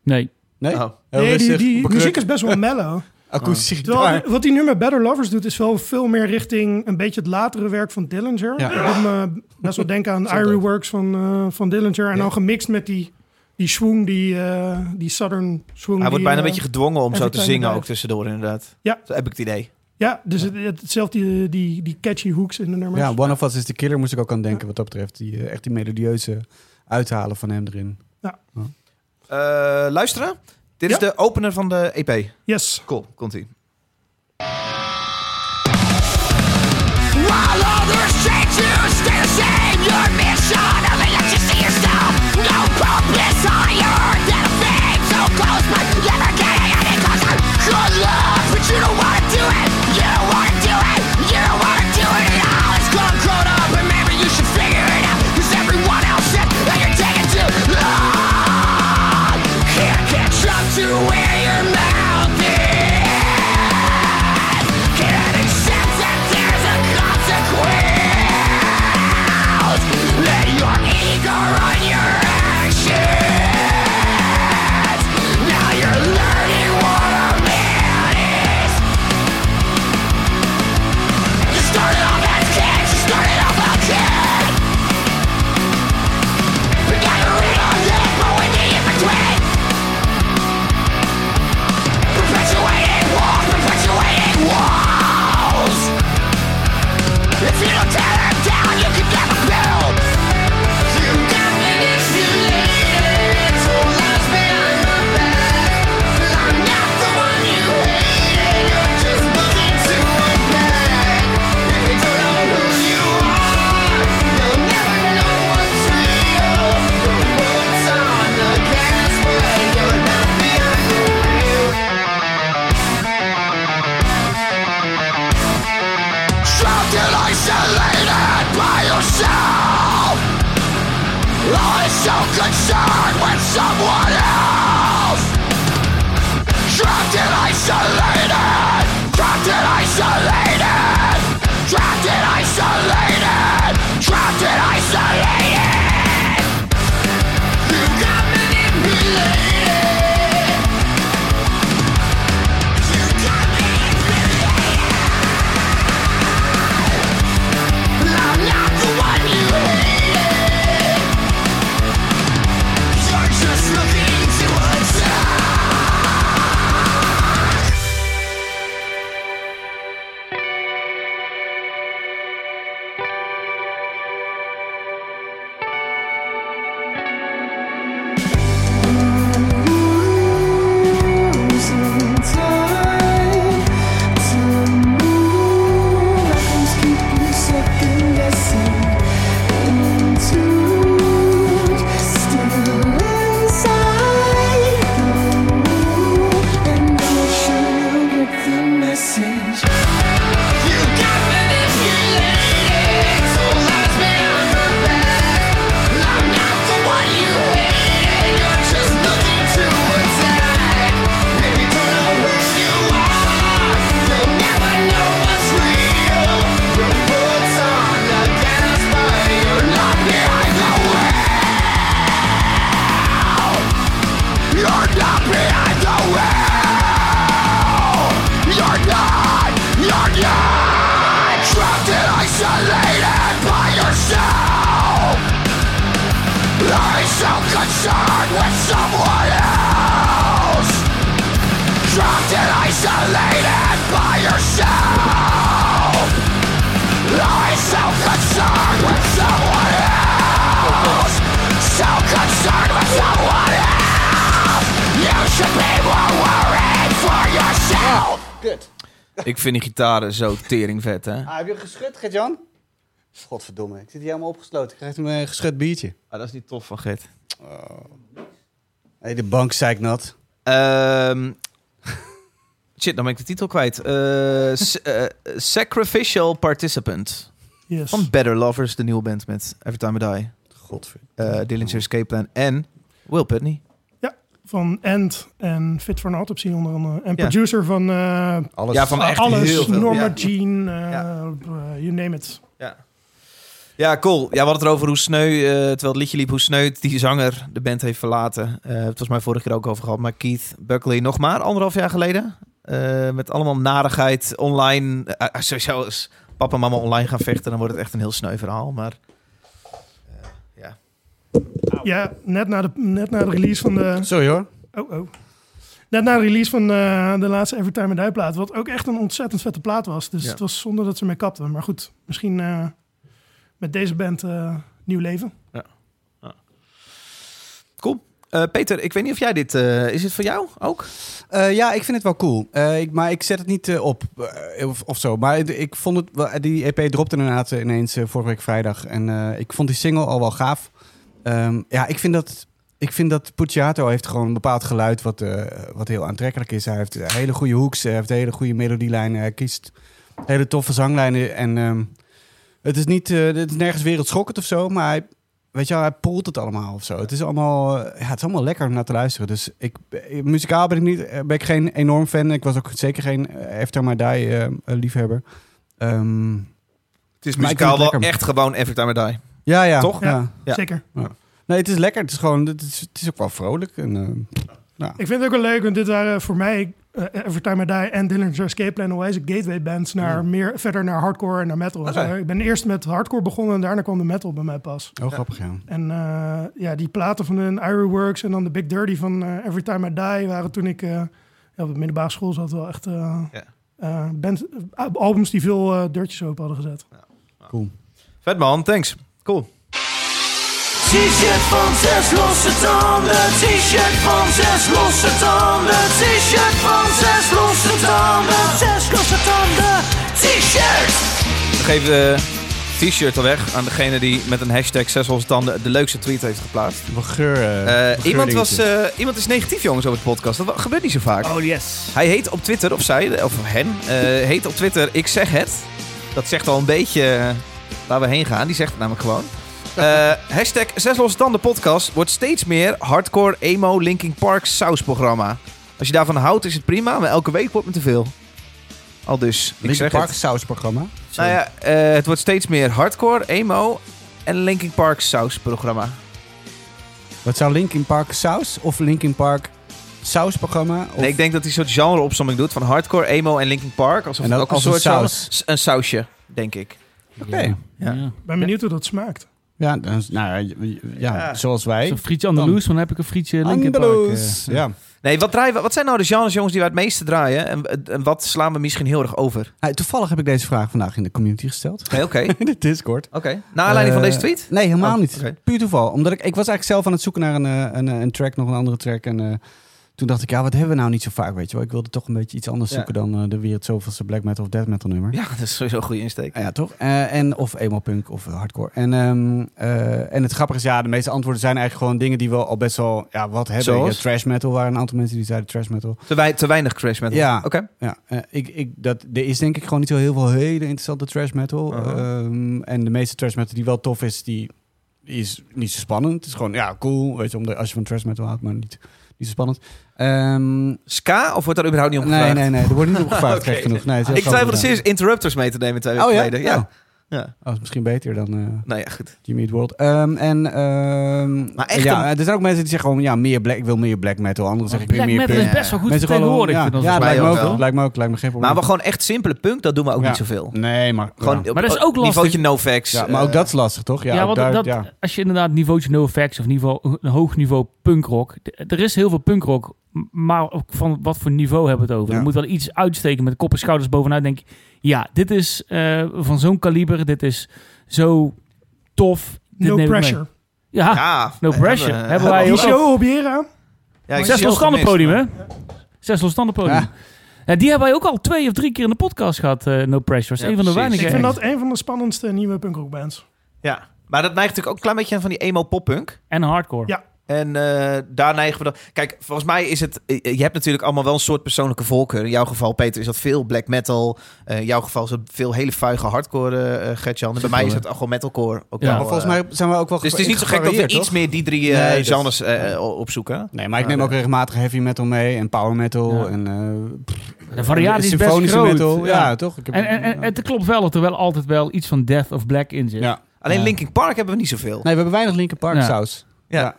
Speaker 3: Nee,
Speaker 2: Nee?
Speaker 1: Oh.
Speaker 2: Heel
Speaker 5: nee, die,
Speaker 2: rustig,
Speaker 5: die
Speaker 2: bekrukt.
Speaker 5: muziek is best wel mellow.
Speaker 2: Oh, akoestische
Speaker 5: Terwijl,
Speaker 2: gitaar.
Speaker 5: wat die nummer Better Lovers doet, is wel veel meer richting een beetje het latere werk van Dillinger.
Speaker 2: Ja.
Speaker 5: Dat doet me best wel denken aan
Speaker 2: Zo
Speaker 5: Irie
Speaker 2: dope.
Speaker 5: Works van, eh, van Dillinger. En
Speaker 2: Ja.
Speaker 5: dan gemixt met die, die swoon, die, eh, die southern swoon.
Speaker 1: Hij
Speaker 5: die,
Speaker 1: wordt bijna
Speaker 5: eh,
Speaker 1: een beetje gedwongen om zo te
Speaker 5: Entertainment
Speaker 1: zingen ook
Speaker 5: Live.
Speaker 1: tussendoor, inderdaad.
Speaker 5: Ja.
Speaker 1: Zo heb ik het idee.
Speaker 5: Ja, dus het, het- hetzelfde die, die, die catchy hooks in de nummers.
Speaker 2: Ja, One of Us is the Killer moest ik ook aan denken wat dat betreft. Die, eh, echt die melodieuze uithalen van hem erin.
Speaker 1: Eh, luisteren. Dit is
Speaker 5: Ja.
Speaker 1: de opener van de EP.
Speaker 5: Yes.
Speaker 1: Cool, komt-ie.
Speaker 8: While others change you, stay the same. Your mission only lets you see yourself. No hope is higher than a fame. So close, but never getting any closer. Good luck, but you don't wanna do it. You don't wanna do it. You don't wanna do it at all. It's gone grown up, and maybe you should figure it out. Cause everyone else said that you're taking too long. Can't catch up to where your mouth is. Can't accept that there's a consequence. Let your ego run your actions. Now you're learning what a man is. You started off as kids. You started off a kid. We gotta read all this, but we need in between. Perpetuating walls, perpetuating walls. If you don't tear them down, you can never build. You got me if you leave it. So last behind my back. I'm not the one you hated. You're just looking to attack. If you don't know who you are, you'll never know what's real. The world's on the gas, but you're not behind the wheel. Trapped and isolated by yourself Always so concerned with someone else Trapped and isolated Trapped and isolated Trapped and isolated Trapped and isolated You got manipulated You got manipulated I'm not the one you hated. You're just looking to attack.
Speaker 7: Message.
Speaker 8: You got manipulated. So lies behind my back. I'm not the one you hated. You're just looking to attack. Maybe don't know who you are. You'll never know what's real. Your foot's on the gas, but you're not behind the wheel. You're not behind the wheel. You're not, you're not trapped and isolated by yourself. You're so concerned with someone else. Trapped and isolated by yourself. You're so concerned with someone else. So concerned with someone else. You should be more worried for yourself.
Speaker 2: Kut.
Speaker 1: Ik vind die gitaren zo teringvet, hè?
Speaker 2: Ah, heb je geschud, Gert-Jan? Godverdomme, ik zit hier helemaal opgesloten. Ik krijg hem een eh, geschud biertje.
Speaker 1: Ah, dat is niet tof van Gert.
Speaker 2: Oh. Hé, de bank zei ik nat.
Speaker 1: Ehm, shit, dan ben ik de titel kwijt. Eh, s- eh, Sacrificial Participant.
Speaker 5: Yes.
Speaker 1: Van Better Lovers, de nieuwe band met Every Time I Die.
Speaker 2: Godverdomme.
Speaker 1: eh Dillinger Escape Plan en Will Putney.
Speaker 5: Van End en Fit for an Autopsy onder andere. En
Speaker 1: Ja.
Speaker 5: producer van eh,
Speaker 2: Alles.
Speaker 1: Ja, van echt
Speaker 5: alles.
Speaker 1: heel veel.
Speaker 5: Norma
Speaker 1: Ja.
Speaker 5: Jean, eh,
Speaker 1: Ja.
Speaker 5: eh, you name it.
Speaker 1: Ja. ja, cool. Ja, we hadden het erover hoe sneu, eh, terwijl het liedje liep, hoe sneu die zanger de band heeft verlaten. Eh het was mij vorige keer ook over gehad, maar Keith Buckley nog maar anderhalf jaar geleden. eh, met allemaal narigheid online. Eh, eh, sowieso als papa en mama online gaan vechten, dan wordt het echt een heel sneu verhaal. Maar
Speaker 5: Ja, net na, de, net na de release van de...
Speaker 2: Sorry hoor.
Speaker 5: Oh, oh. Net na de release van eh, de laatste Evertime en Duiplaat. Wat ook echt een ontzettend vette plaat was. Dus
Speaker 1: Ja.
Speaker 5: het was zonde dat ze mee kapten. Maar goed, misschien eh, met deze band eh, nieuw leven.
Speaker 1: eh, Peter, ik weet niet of jij dit... eh, is het van jou ook?
Speaker 2: Eh, ja, ik vind het wel cool. Eh, ik, maar ik zet het niet eh, op eh, of, of zo. Maar ik- ik vond het wel, die EP dropte inderdaad ineens eh, vorige week vrijdag. En eh, ik vond die single al wel gaaf. Ehm, ja, ik vind dat, ik vind dat Pucciato heeft gewoon een bepaald geluid wat, eh, wat heel aantrekkelijk is. Hij heeft hele goede hoeks, hij heeft hele goede melodielijnen. Hij kiest hele toffe zanglijnen. En ehm, het, is niet, eh, het is nergens wereldschokkend of zo, maar hij, weet je wel, hij poelt het allemaal of zo. Het is allemaal, eh, ja, het is allemaal lekker om naar te luisteren. Dus ik, eh, muzikaal ben ik, niet, eh, ben ik geen enorm fan. Ik was ook zeker geen eh, After My Die eh, eh, liefhebber. Ehm,
Speaker 1: Het is
Speaker 2: Maar ik vind
Speaker 1: muzikaal
Speaker 2: het
Speaker 1: wel
Speaker 2: lekker.
Speaker 1: echt gewoon Every Time I Die.
Speaker 2: ja, ja.
Speaker 1: Toch?
Speaker 2: Ja.
Speaker 1: Ja.
Speaker 5: Zeker.
Speaker 2: Nee, het is lekker. Het is gewoon, het is, het is ook wel vrolijk. En, eh,
Speaker 5: Ik vind het ook wel leuk, want dit waren voor mij eh Evertime I Die en Dillinger's Escape Plan Oasis gateway bands naar meer, verder naar hardcore en naar metal. en zo.
Speaker 1: Mm. Oké.
Speaker 5: Ik ben eerst met hardcore begonnen en daarna kwam de metal bij mij pas.
Speaker 2: oh, grappig, ja.
Speaker 5: En eh, ja, die platen van hun Iron Works en dan de Big Dirty van eh, Every Time I Die waren toen ik eh, ja, op de middelbare school zat wel echt eh,
Speaker 1: Ja.
Speaker 5: eh, band, eh, albums die veel eh dirtjes open hadden gezet.
Speaker 2: Cool.
Speaker 1: Vet man, thanks. Cool.
Speaker 4: T-shirt van zes losse tanden. T-shirt van zes losse tanden. T-shirt van zes losse tanden. Zes losse tanden. T-shirt.
Speaker 1: We geven de t-shirt al weg aan degene die met een hashtag 6 losse tanden de leukste tweet heeft geplaatst.
Speaker 2: Wat geur. eh,
Speaker 1: Eh,
Speaker 2: wat
Speaker 1: iemand, was,
Speaker 2: geurdingetje.
Speaker 1: eh, iemand is negatief, jongens, over de podcast. Dat wa- gebeurt niet zo vaak.
Speaker 3: Oh yes.
Speaker 1: Hij heet op Twitter, of zij, of hen, eh, heet op Twitter Ik Zeg Het. Dat zegt al een beetje eh, waar we heen gaan. Die zegt het namelijk gewoon. Eh, hashtag Zes Losse Tanden podcast wordt steeds meer hardcore emo Linkin Park sausprogramma. Als je daarvan houdt is het prima, maar elke week wordt me te veel. Al dus, ik
Speaker 2: Linkin
Speaker 1: zeg
Speaker 2: Park
Speaker 1: het.
Speaker 2: sausprogramma.
Speaker 1: Nou ja, eh, het wordt steeds meer hardcore, emo en Linkin Park sausprogramma.
Speaker 2: Wat zou Linkin Park saus of Linkin Park sausprogramma? Of...
Speaker 1: Nee, ik denk dat hij een soort genreopsomming doet van hardcore, emo en Linkin Park. Alsof
Speaker 2: En
Speaker 1: het
Speaker 2: dan
Speaker 1: ook een
Speaker 2: als een
Speaker 1: soort
Speaker 2: saus.
Speaker 1: genre- een sausje, denk ik.
Speaker 2: Oké.
Speaker 1: Ja.
Speaker 3: Ja.
Speaker 5: Ben benieuwd hoe dat smaakt.
Speaker 2: Ja, dan is- nou, ja, j- ja,
Speaker 1: Ja.
Speaker 2: zoals wij.
Speaker 3: Zo'n frietje Andaloes, dan heb ik een frietje Linkin Park.
Speaker 2: Andeloos.
Speaker 3: eh.
Speaker 2: Ja.
Speaker 1: Nee, wat, draaien, we- wat zijn nou de genres, jongens, die we het meeste draaien? En, en wat slaan we misschien heel erg over?
Speaker 2: Hey, toevallig heb ik deze vraag vandaag in de community gesteld.
Speaker 1: Nee, oké.
Speaker 2: In de Discord.
Speaker 1: Oké. Naar aanleiding van
Speaker 2: Eh,
Speaker 1: deze tweet?
Speaker 2: Nee, helemaal
Speaker 1: Oh,
Speaker 2: niet.
Speaker 1: oké.
Speaker 2: Puur toeval. Omdat ik, ik was eigenlijk zelf aan het zoeken naar een, eh, een, eh, een track, nog een andere track. En eh, toen dacht ik, ja, wat hebben we nou niet zo vaak, weet je wel. Ik wilde toch een beetje iets anders
Speaker 1: Ja.
Speaker 2: zoeken dan eh, de weer het zoveelste black metal of death metal nummer.
Speaker 1: Ja, dat is sowieso een goede insteek.
Speaker 2: Ah Ja, toch? Eh, en, of emo punk of hardcore. En, ehm, eh, en het grappige is, ja, de meeste antwoorden zijn eigenlijk gewoon dingen die we al best wel ja, wat hebben.
Speaker 1: Zoals?
Speaker 2: Ja, trash metal waren een aantal mensen die zeiden trash metal.
Speaker 1: Te, wei- te weinig crash metal.
Speaker 2: Ja.
Speaker 1: Oké.
Speaker 2: Ja, eh, ik, ik, dat, er is denk ik gewoon niet zo heel veel hele interessante trash metal.
Speaker 1: Uh-huh.
Speaker 2: Ehm, en de meeste trash metal die wel tof is, die, die is niet zo spannend. Het is gewoon, ja, cool. Weet je, om de, als je van trash metal houdt, maar niet, niet zo spannend. Ehm,
Speaker 1: Ska, of wordt daar überhaupt niet om
Speaker 2: nee,
Speaker 1: gevraagd?
Speaker 2: nee, nee. Er wordt niet op gevraagd, gek genoeg. Nee, het is heel
Speaker 1: Ik twijfelde
Speaker 2: grappig
Speaker 1: serieus interrupters mee te nemen twee weken
Speaker 2: gedaan. Oh ja?
Speaker 1: geleden. Ja.
Speaker 2: Oh.
Speaker 1: Ja.
Speaker 2: Oh, is misschien beter dan... eh,
Speaker 1: Nou ja, goed.
Speaker 2: Jimmy Eat World. Ehm, en ehm,
Speaker 1: Maar echt
Speaker 2: ja,
Speaker 1: een-
Speaker 2: er zijn ook mensen die zeggen gewoon, ja, meer black, ik wil meer black metal. Anderen zeggen, ik wil
Speaker 3: Black
Speaker 2: meer
Speaker 3: metal
Speaker 2: punk.
Speaker 3: is best wel goed
Speaker 2: Mensen gewoon-
Speaker 3: vertegenwoordigd.
Speaker 2: ja,
Speaker 3: vind ik
Speaker 2: ja,
Speaker 3: ons
Speaker 1: mij
Speaker 2: lijkt me
Speaker 1: ook
Speaker 2: ook,
Speaker 1: wel.
Speaker 2: lijkt me ook, lijkt me geen probleem.
Speaker 1: Maar we gewoon echt simpele punk, dat doen we ook
Speaker 2: Ja.
Speaker 1: niet zoveel.
Speaker 2: Nee, maar...
Speaker 1: Gewoon
Speaker 2: ja.
Speaker 1: op-
Speaker 3: Maar dat is
Speaker 1: op
Speaker 3: ook lastig.
Speaker 1: Niveautje no facts.
Speaker 2: Ja, maar ook
Speaker 1: eh,
Speaker 2: dat is lastig, toch? Ja,
Speaker 3: Ja,
Speaker 2: ook
Speaker 3: want
Speaker 2: daar-
Speaker 3: dat,
Speaker 2: ja.
Speaker 3: als je inderdaad niveautje no effects of niveau, een hoog niveau punkrock. d- Er is heel veel punkrock, m- maar ook van wat voor niveau hebben we het over?
Speaker 2: Ja.
Speaker 3: Je moet wel iets uitsteken met kop en schouders bovenuit. Denk ik, ja, dit is eh, van zo'n kaliber, dit is zo tof. dit
Speaker 5: No
Speaker 3: neem ik mee.
Speaker 5: pressure.
Speaker 3: Ja,
Speaker 1: Ja.
Speaker 3: Ah, no
Speaker 1: eh,
Speaker 3: pressure.
Speaker 1: eh,
Speaker 3: Hebben wij
Speaker 1: we
Speaker 5: Die
Speaker 1: ook.
Speaker 5: show op Jera.
Speaker 1: Ja, ik
Speaker 3: zes
Speaker 1: zie
Speaker 3: losstanden
Speaker 1: heel gemist.
Speaker 3: podium, hè? Zes losstanden podium.
Speaker 2: Ja.
Speaker 3: Ja, die hebben wij ook al twee of drie keer in de podcast gehad, eh, No Pressure. Dat
Speaker 1: Ja,
Speaker 3: is een van de
Speaker 1: precies.
Speaker 5: Ik
Speaker 3: weinige.
Speaker 5: vind
Speaker 3: acts.
Speaker 5: dat een van de spannendste nieuwe punkrockbands.
Speaker 1: Ja. Maar dat neigt natuurlijk ook een klein beetje aan van die emo-poppunk.
Speaker 3: En hardcore.
Speaker 5: Ja.
Speaker 1: En eh, daar neigen we dan. Kijk, volgens mij is het. eh, Je hebt natuurlijk allemaal wel een soort persoonlijke voorkeur. In jouw geval, Peter, is dat veel black metal. Eh, in jouw geval is dat veel hele vuige hardcore, eh eh, Gertjan. En bij mij is het gewoon metalcore. Ook
Speaker 3: Ja.
Speaker 1: wel,
Speaker 2: Maar volgens
Speaker 1: eh,
Speaker 2: mij zijn we ook wel
Speaker 1: dus het is niet zo gek dat we
Speaker 2: gevarieerd,
Speaker 1: iets
Speaker 2: toch?
Speaker 1: meer die drie eh,
Speaker 2: Nee, dat-
Speaker 1: genres eh, eh, opzoeken.
Speaker 2: Nee, maar ik neem ook regelmatig heavy metal mee en power metal
Speaker 3: Ja.
Speaker 2: en... eh, pff,
Speaker 3: De variatie is best
Speaker 2: symfonische
Speaker 3: groot.
Speaker 2: metal. Ja, toch? Ik heb-
Speaker 3: En, en, en het klopt wel dat er wel altijd wel iets van death of black in zit.
Speaker 2: Ja.
Speaker 1: Alleen
Speaker 2: Ja.
Speaker 1: Linkin Park hebben we niet zoveel.
Speaker 2: Nee, we hebben weinig Linkin Park
Speaker 3: Ja.
Speaker 2: saus.
Speaker 1: Ja.
Speaker 2: Ja.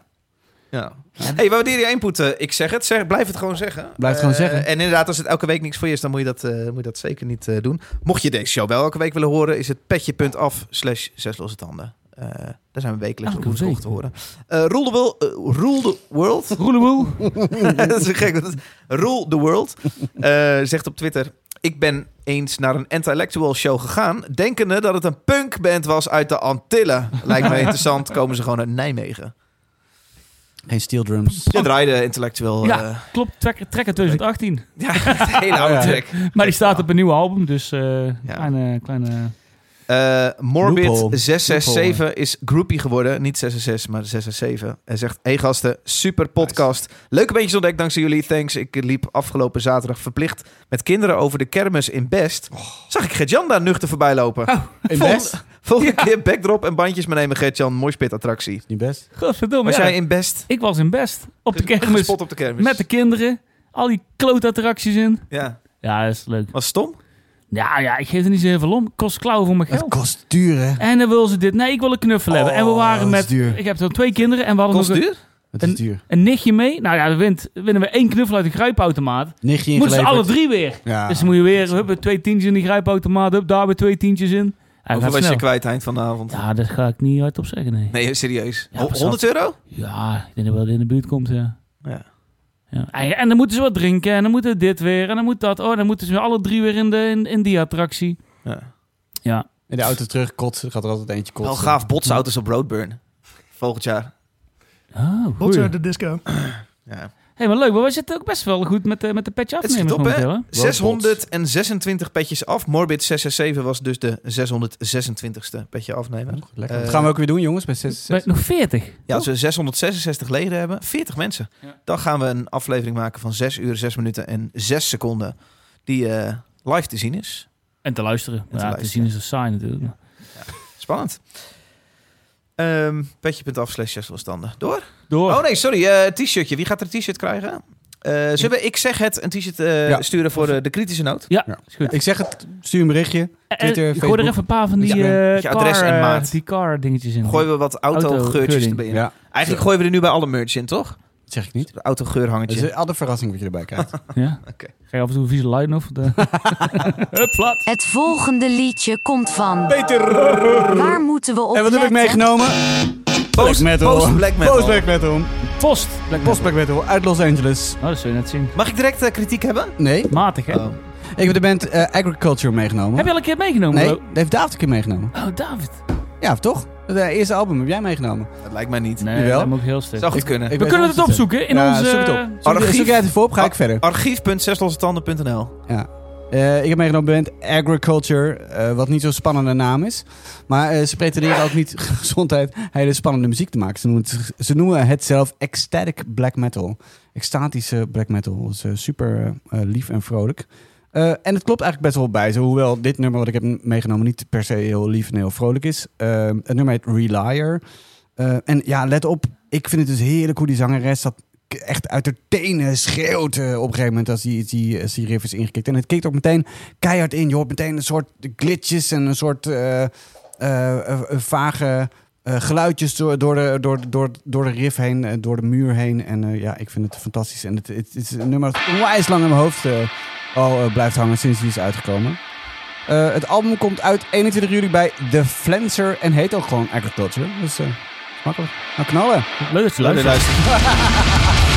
Speaker 1: Ja. Ja. hey, we waarderen je input. eh, ik zeg het, zeg, blijf het gewoon zeggen.
Speaker 2: Blijf het gewoon
Speaker 1: Eh,
Speaker 2: zeggen.
Speaker 1: En inderdaad, als het elke week niks voor je is, dan moet je dat, eh, moet je dat zeker niet eh, doen. Mocht je deze show wel elke week willen horen, is het petje.af slash zes losse tanden. Eh, daar zijn we wekelijks op
Speaker 3: Elke
Speaker 1: woensdag
Speaker 3: week.
Speaker 1: te horen. Eh, rule, the world, eh, rule the world.
Speaker 3: Roelewoel.
Speaker 1: dat is gek. want het- Rule the world. eh, zegt op Twitter... Ik ben eens naar een intellectual show gegaan... denkende dat het een punkband was uit de Antillen. Lijkt me interessant. Komen ze gewoon uit Nijmegen.
Speaker 2: Geen steel drums.
Speaker 1: Ze draaiden intellectueel... eh,
Speaker 3: Ja, klopt. Trekker, trekker 2018.
Speaker 1: Ja, het hele oude
Speaker 2: Ja.
Speaker 1: track.
Speaker 3: Maar die staat op een nieuw album, dus eh kleine, kleine...
Speaker 1: Eh,
Speaker 2: Loophole.
Speaker 1: Morbid667 is groupie geworden. Niet 666, maar 667. En zegt, hey gasten, super podcast. Leuke beentjes ontdekt dankzij jullie. Thanks. Ik liep afgelopen zaterdag verplicht met kinderen over de kermis in Best.
Speaker 3: Oh.
Speaker 1: Zag ik Gert-Jan daar nuchter voorbij lopen.
Speaker 2: In
Speaker 1: Vol-
Speaker 2: best?
Speaker 1: Volgende keer backdrop en bandjes meenemen, Gert-Jan. Moshpit attractie.
Speaker 2: Niet best.
Speaker 3: Godverdomme,
Speaker 1: Was
Speaker 3: ja.
Speaker 1: jij in Best?
Speaker 3: Ik was in Best. Op de
Speaker 1: Ge-
Speaker 3: kermis.
Speaker 1: Gespot op de kermis.
Speaker 3: Met de kinderen. Al die klootattracties in.
Speaker 1: Ja.
Speaker 3: Ja, dat is leuk.
Speaker 1: Was het stom?
Speaker 3: Ja, ja, ik geef er niet zo heel veel om. Kost klauwen voor mijn
Speaker 2: Het
Speaker 3: geld.
Speaker 2: kost duur, hè?
Speaker 3: En dan wil ze dit. Nee, ik wil een knuffel hebben. En we
Speaker 2: Oh,
Speaker 3: waren
Speaker 2: dat is
Speaker 3: met...
Speaker 2: duur.
Speaker 3: Ik heb dan twee kinderen en we hadden
Speaker 1: Kost
Speaker 3: nog een,
Speaker 1: duur?
Speaker 2: Het is
Speaker 3: En-
Speaker 2: duur.
Speaker 3: een nichtje mee. Nou ja, dan wint, winnen we één knuffel uit de kruipautomaat.
Speaker 2: Nichtje
Speaker 3: Moeten ze
Speaker 2: ingeleverd.
Speaker 3: alle drie weer.
Speaker 2: Ja.
Speaker 3: Dus dan moet je weer hup, twee tientjes in die grijpautomaat. Hup, daar weer twee tientjes in. Ja,
Speaker 1: Hoeveel
Speaker 3: gaat
Speaker 1: was je
Speaker 3: snel.
Speaker 1: kwijt eind van de avond?
Speaker 3: Ja, dat ga ik niet hardop zeggen, nee.
Speaker 1: Nee, serieus.
Speaker 3: Ja,
Speaker 1: Ho-
Speaker 3: was
Speaker 1: 100 euro?
Speaker 3: Ja, ik denk dat wel in de buurt komt, ja.
Speaker 1: Ja.
Speaker 3: Ja. En, en dan moeten ze wat drinken, en dan moeten dit weer, en dan moet dat. Oh, dan moeten ze weer alle drie weer in, de, in, in die attractie.
Speaker 1: Ja.
Speaker 3: Ja,
Speaker 2: In de auto terug kotsen. Gaat er altijd eentje kotsen.
Speaker 1: Wel gaaf, botsauto's op Roadburn. Volgend jaar.
Speaker 3: oh,
Speaker 5: Botsen uit
Speaker 3: goeie.
Speaker 5: de disco.
Speaker 1: Ja.
Speaker 3: hey, maar leuk, maar we zitten ook best wel goed met, de met de petje
Speaker 1: Het is
Speaker 3: afnemen.
Speaker 1: top,
Speaker 3: momenteel, hè?
Speaker 1: 626 petjes af. Morbid 667 was dus de 626ste petje afnemer.
Speaker 2: Lekker.
Speaker 1: Eh,
Speaker 2: dat gaan we ook weer doen, jongens. Bij 6,
Speaker 3: Bij- Nog 40.
Speaker 1: Ja, als we 666 leden hebben, 40 mensen.
Speaker 3: Ja.
Speaker 1: Dan gaan we een aflevering maken van 6 uur, 6 minuten en 6 seconden. Die eh, live te zien is.
Speaker 3: En te luisteren. ja, te
Speaker 1: luisteren.
Speaker 3: zien is een saai natuurlijk.
Speaker 1: Spannend. Ehm petje.af slash 6 losstanden. Door?
Speaker 3: Door.
Speaker 1: Oh nee, sorry. eh, t-shirtje. Wie gaat er een t-shirt krijgen? Eh zullen we, ik zeg het, een t-shirt eh,
Speaker 2: Ja.
Speaker 1: sturen voor eh, de kritische noot?
Speaker 3: Ja,
Speaker 2: Ja.
Speaker 3: is goed.
Speaker 2: Oh, Ik zeg het. Stuur een berichtje.
Speaker 3: Eh,
Speaker 2: Twitter,
Speaker 3: eh, gooi
Speaker 2: Facebook.
Speaker 3: er even een paar van die,
Speaker 1: Ja.
Speaker 3: eh,
Speaker 1: Met je adres
Speaker 3: car,
Speaker 1: en
Speaker 3: eh,
Speaker 1: maat.
Speaker 3: die car dingetjes in.
Speaker 1: Gooien we wat autogeurtjes
Speaker 3: Autogeuring.
Speaker 1: erbij in.
Speaker 2: Ja.
Speaker 1: Eigenlijk gooien we er nu bij alle merch in, toch?
Speaker 2: Dat zeg ik niet.
Speaker 1: Het
Speaker 2: Het
Speaker 1: autogeurhangertje.
Speaker 2: is een andere verrassing wat je erbij krijgt.
Speaker 3: Ja.
Speaker 1: Oké.
Speaker 3: Ga je af en toe een vieze lijn of? De... Hup, plat.
Speaker 6: Het volgende liedje komt van.
Speaker 2: Peter!
Speaker 6: Waar moeten we op
Speaker 2: En wat heb ik
Speaker 6: letten?
Speaker 2: meegenomen? Post metal.
Speaker 1: post black metal.
Speaker 2: Post black metal.
Speaker 3: Post. Black
Speaker 2: Post black metal uit Los Angeles.
Speaker 3: Oh, dat zul je net zien.
Speaker 1: Mag ik direct eh, kritiek hebben?
Speaker 2: Nee,
Speaker 3: Matig, hè?
Speaker 1: Oh.
Speaker 2: ik heb de band eh, Agriculture meegenomen.
Speaker 3: Heb je al een keer meegenomen?
Speaker 2: Nee,
Speaker 3: Lo?
Speaker 2: dat heeft David een keer meegenomen.
Speaker 3: Oh, David.
Speaker 2: Ja, toch? Het eh, eerste album heb jij meegenomen.
Speaker 1: Dat lijkt mij niet.
Speaker 3: Nee,
Speaker 2: Jawel.
Speaker 3: dat moet ik heel stuk.
Speaker 1: Zou goed kunnen.
Speaker 2: Ik
Speaker 3: We
Speaker 2: weet
Speaker 3: kunnen
Speaker 2: niet
Speaker 3: het
Speaker 2: of het
Speaker 3: opzoeken in
Speaker 2: Ja,
Speaker 3: onze...
Speaker 2: zoek het op. Oh,
Speaker 3: Zoek-
Speaker 2: Zoek-
Speaker 1: Archief.
Speaker 2: Zoek jij het even op, ga ik verder.
Speaker 1: Archief.zeslosetanden.nl
Speaker 2: Ja. Eh, ik heb meegenomen de band Agriculture, eh, wat niet zo'n spannende naam is. Maar eh, ze pretenderen ook niet gezondheid hele spannende muziek te maken. Ze noemen het, ze noemen het zelf ecstatic black metal. Extatische black metal. Dus eh, super eh, lief en vrolijk. Eh, en het klopt eigenlijk best wel bij ze. Hoewel dit nummer wat ik heb meegenomen niet per se heel lief en heel vrolijk is. Eh, het nummer heet Relier. Eh, en ja, let op. Ik vind het dus heerlijk hoe die zangeres dat k- echt uit haar tenen schreeuwt eh, op een gegeven moment als die, die, als die riff is ingekikt. En het kikt ook meteen keihard in. Je hoort meteen een soort glitches en een soort eh, eh, eh, vage eh, geluidjes door, door, de, door, door, door de riff heen, eh, door de muur heen. En eh, ja, ik vind het fantastisch. En het, het, is een nummer dat onwijs lang in mijn hoofd eh, al eh, blijft hangen sinds die is uitgekomen. Eh, het album komt uit 21 juli bij The Flenser en heet ook gewoon Agriculture. Dus eh, makkelijk. Nou, knallen.
Speaker 3: Leuk dat je
Speaker 1: Leuk
Speaker 3: luistert.
Speaker 1: luisteren.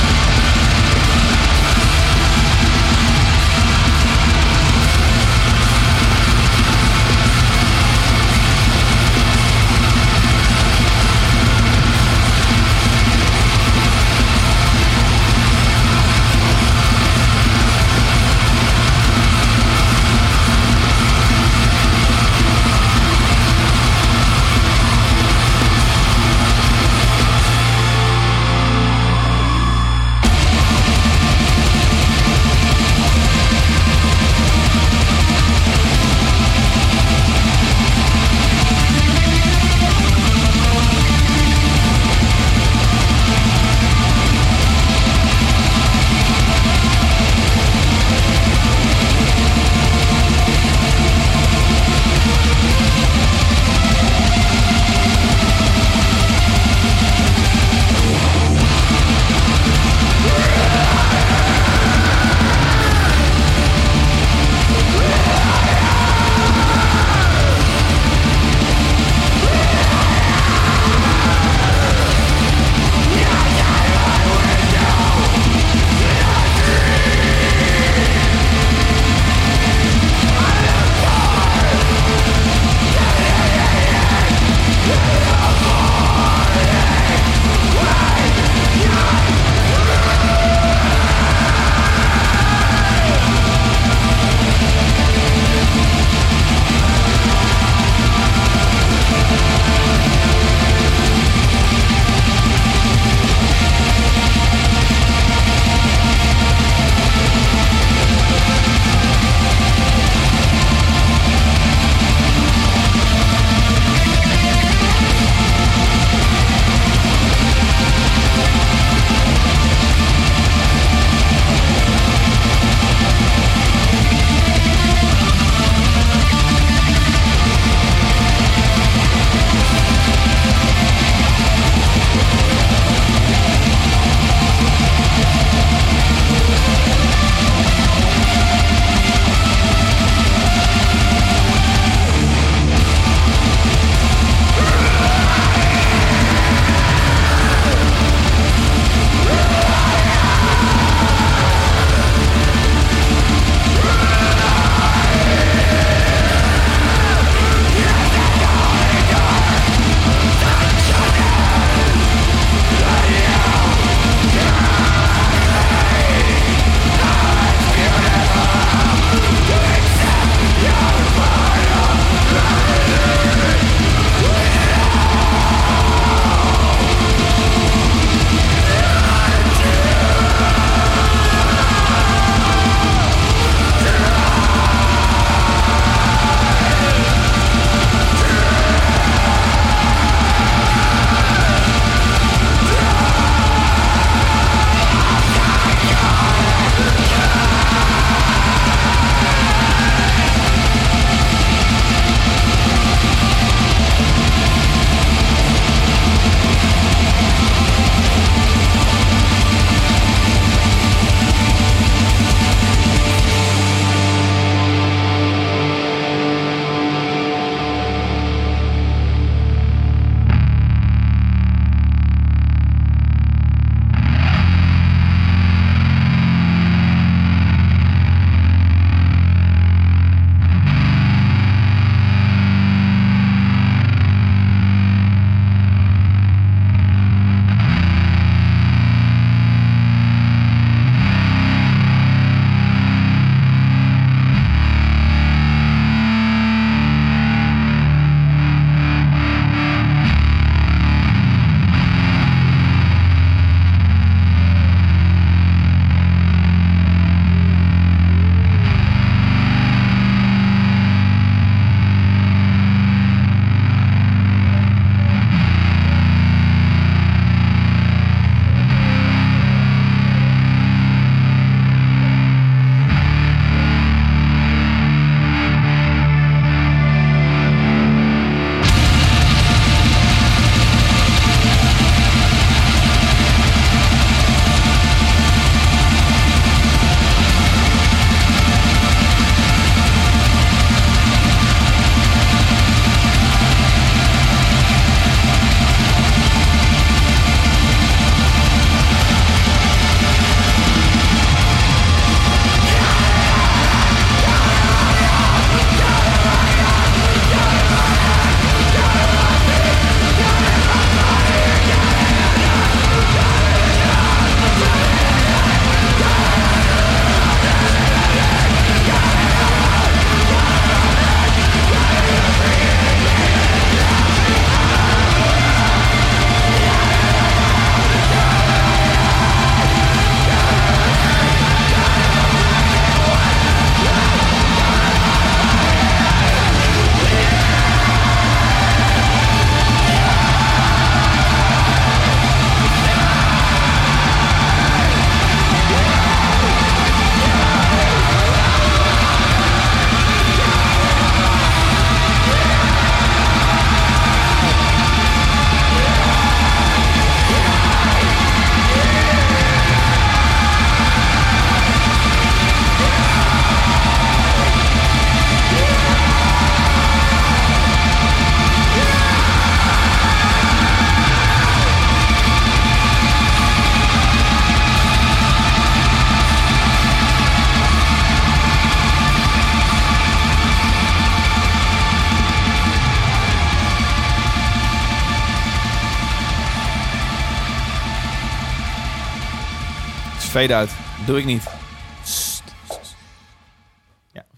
Speaker 1: Fade out. Doe ik niet.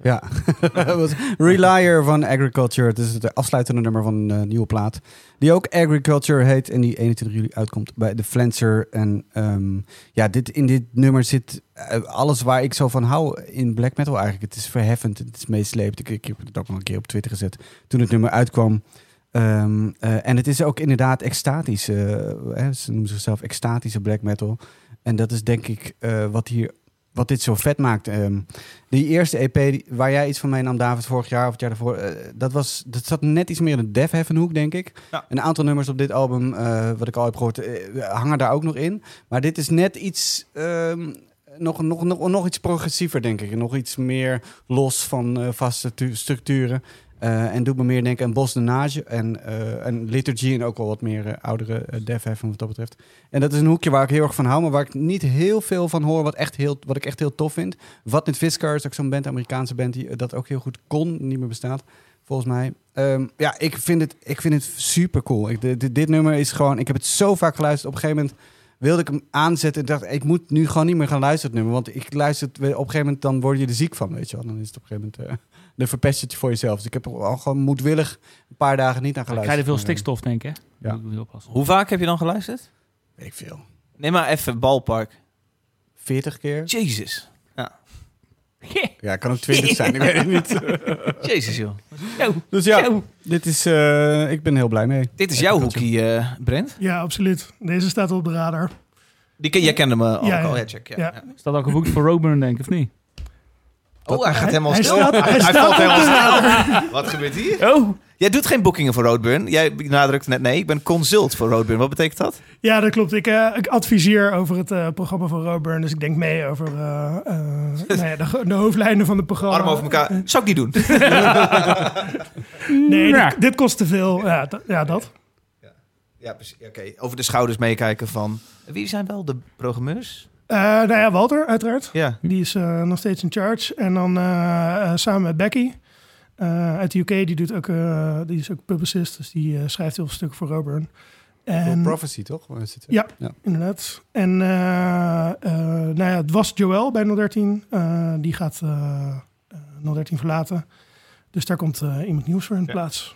Speaker 2: Ja, dat was Relier van Agriculture. Het is het afsluitende nummer van een eh, nieuwe plaat. Die ook Agriculture heet en die 21 juli uitkomt bij de Flancer. En ehm, ja, dit, in dit nummer zit eh, alles waar ik zo van hou in black metal eigenlijk. Het is verheffend, het is meesleept. Ik, ik heb het ook nog een keer op Twitter gezet toen het nummer uitkwam. Ehm, eh, en het is ook inderdaad extatisch. eh, hè, ze noemen zichzelf extatische black metal. En dat is denk ik eh, wat, hier, wat dit zo vet maakt. Ehm, die eerste EP die- waar jij iets van meenam, David, vorig jaar of het jaar daarvoor, eh, dat, was, dat zat net iets meer in de Def Heaven hoek, denk ik.
Speaker 1: Ja.
Speaker 2: Een aantal nummers op dit album, eh, wat ik al heb gehoord, eh, hangen daar ook nog in. Maar dit is net iets, ehm, nog, nog, nog, nog iets progressiever, denk ik. Nog iets meer los van eh, vaste tu- structuren. Eh, en doet me meer denken aan Bos de Nage en, eh en Liturgy en ook wel wat meer eh, oudere eh, Def Heaven wat dat betreft. En dat is een hoekje waar ik heel erg van hou, maar waar ik niet heel veel van hoor, wat, echt heel, wat ik echt heel tof vind. Wat met Viscar is ook zo'n band, Amerikaanse band, die eh, dat ook heel goed kon, niet meer bestaat, volgens mij. Ehm, ja, ik vind het, ik vind het super cool. Ik, dit, dit- dit nummer is gewoon, ik heb het zo vaak geluisterd. Op een gegeven moment wilde ik hem aanzetten en dacht, ik moet nu gewoon niet meer gaan luisteren, het nummer. Want ik luister het, op een gegeven moment, dan word je er ziek van, weet je wel. Dan is het op een gegeven moment, eh dan verpest je het voor jezelf. Dus ik heb er al gewoon moedwillig een paar dagen niet aan
Speaker 3: Ik
Speaker 2: geluisterd.
Speaker 3: ga je er veel
Speaker 2: Maar, eh,
Speaker 3: stikstof denken.
Speaker 2: Ja.
Speaker 3: Moet ik heel pas.
Speaker 1: Hoe vaak heb je dan geluisterd?
Speaker 2: Weet ik veel.
Speaker 1: Neem maar even balpark.
Speaker 2: 40 keer?
Speaker 1: Jezus.
Speaker 2: Ja, kan ook 20 zijn, ik weet het niet.
Speaker 1: Jezus, joh.
Speaker 2: Dus ja, dit is, eh, ik ben heel blij mee.
Speaker 1: Dit is jouw hoekie, eh, Brent.
Speaker 5: Ja, absoluut. Deze staat op de radar.
Speaker 1: Die ken, jij kende me al.
Speaker 5: Ja, ja.
Speaker 1: al. Ja, check. Ja.
Speaker 5: Ja.
Speaker 1: ja.
Speaker 3: Is dat al geboekt voor Roadburn, denk ik, of niet?
Speaker 1: Oh, hij gaat helemaal
Speaker 5: hij
Speaker 1: stil.
Speaker 5: staat-
Speaker 1: hij
Speaker 5: hij staat
Speaker 1: valt
Speaker 5: op
Speaker 1: helemaal
Speaker 5: de
Speaker 1: stil. Wat gebeurt hier?
Speaker 3: Oh!
Speaker 1: Jij doet geen boekingen voor Roadburn. Jij nadrukt net nee. Ik ben consult voor Roadburn. Wat betekent dat?
Speaker 5: Ja, dat klopt. Ik, eh, ik adviseer over het eh, programma van Roburn. Dus ik denk mee over eh, eh, nou ja, de, ge- de hoofdlijnen van het programma.
Speaker 1: Arm over elkaar. Zou ik niet doen.
Speaker 5: Nee,
Speaker 3: Ja.
Speaker 5: dit, dit kost te veel. Ja, dat- ja, dat.
Speaker 1: Ja, precies. Oké. Over de schouders meekijken van... Wie zijn wel de programmeurs?
Speaker 5: Eh nou ja, Walter uiteraard.
Speaker 1: Ja.
Speaker 5: Die is eh, nog steeds in charge. En dan eh, eh, samen met Becky eh, uit de UK. Die, doet ook, eh, die is ook publicist. Dus die eh, schrijft heel veel stukken voor Roburn. En,
Speaker 2: Prophecy, toch? Waar is het?
Speaker 5: Ja. inderdaad. En eh, eh, nou ja, het was Joël bij 013. Eh, die gaat eh, eh, 013 verlaten. Dus daar komt eh, iemand nieuws voor in
Speaker 1: Ja.
Speaker 5: plaats.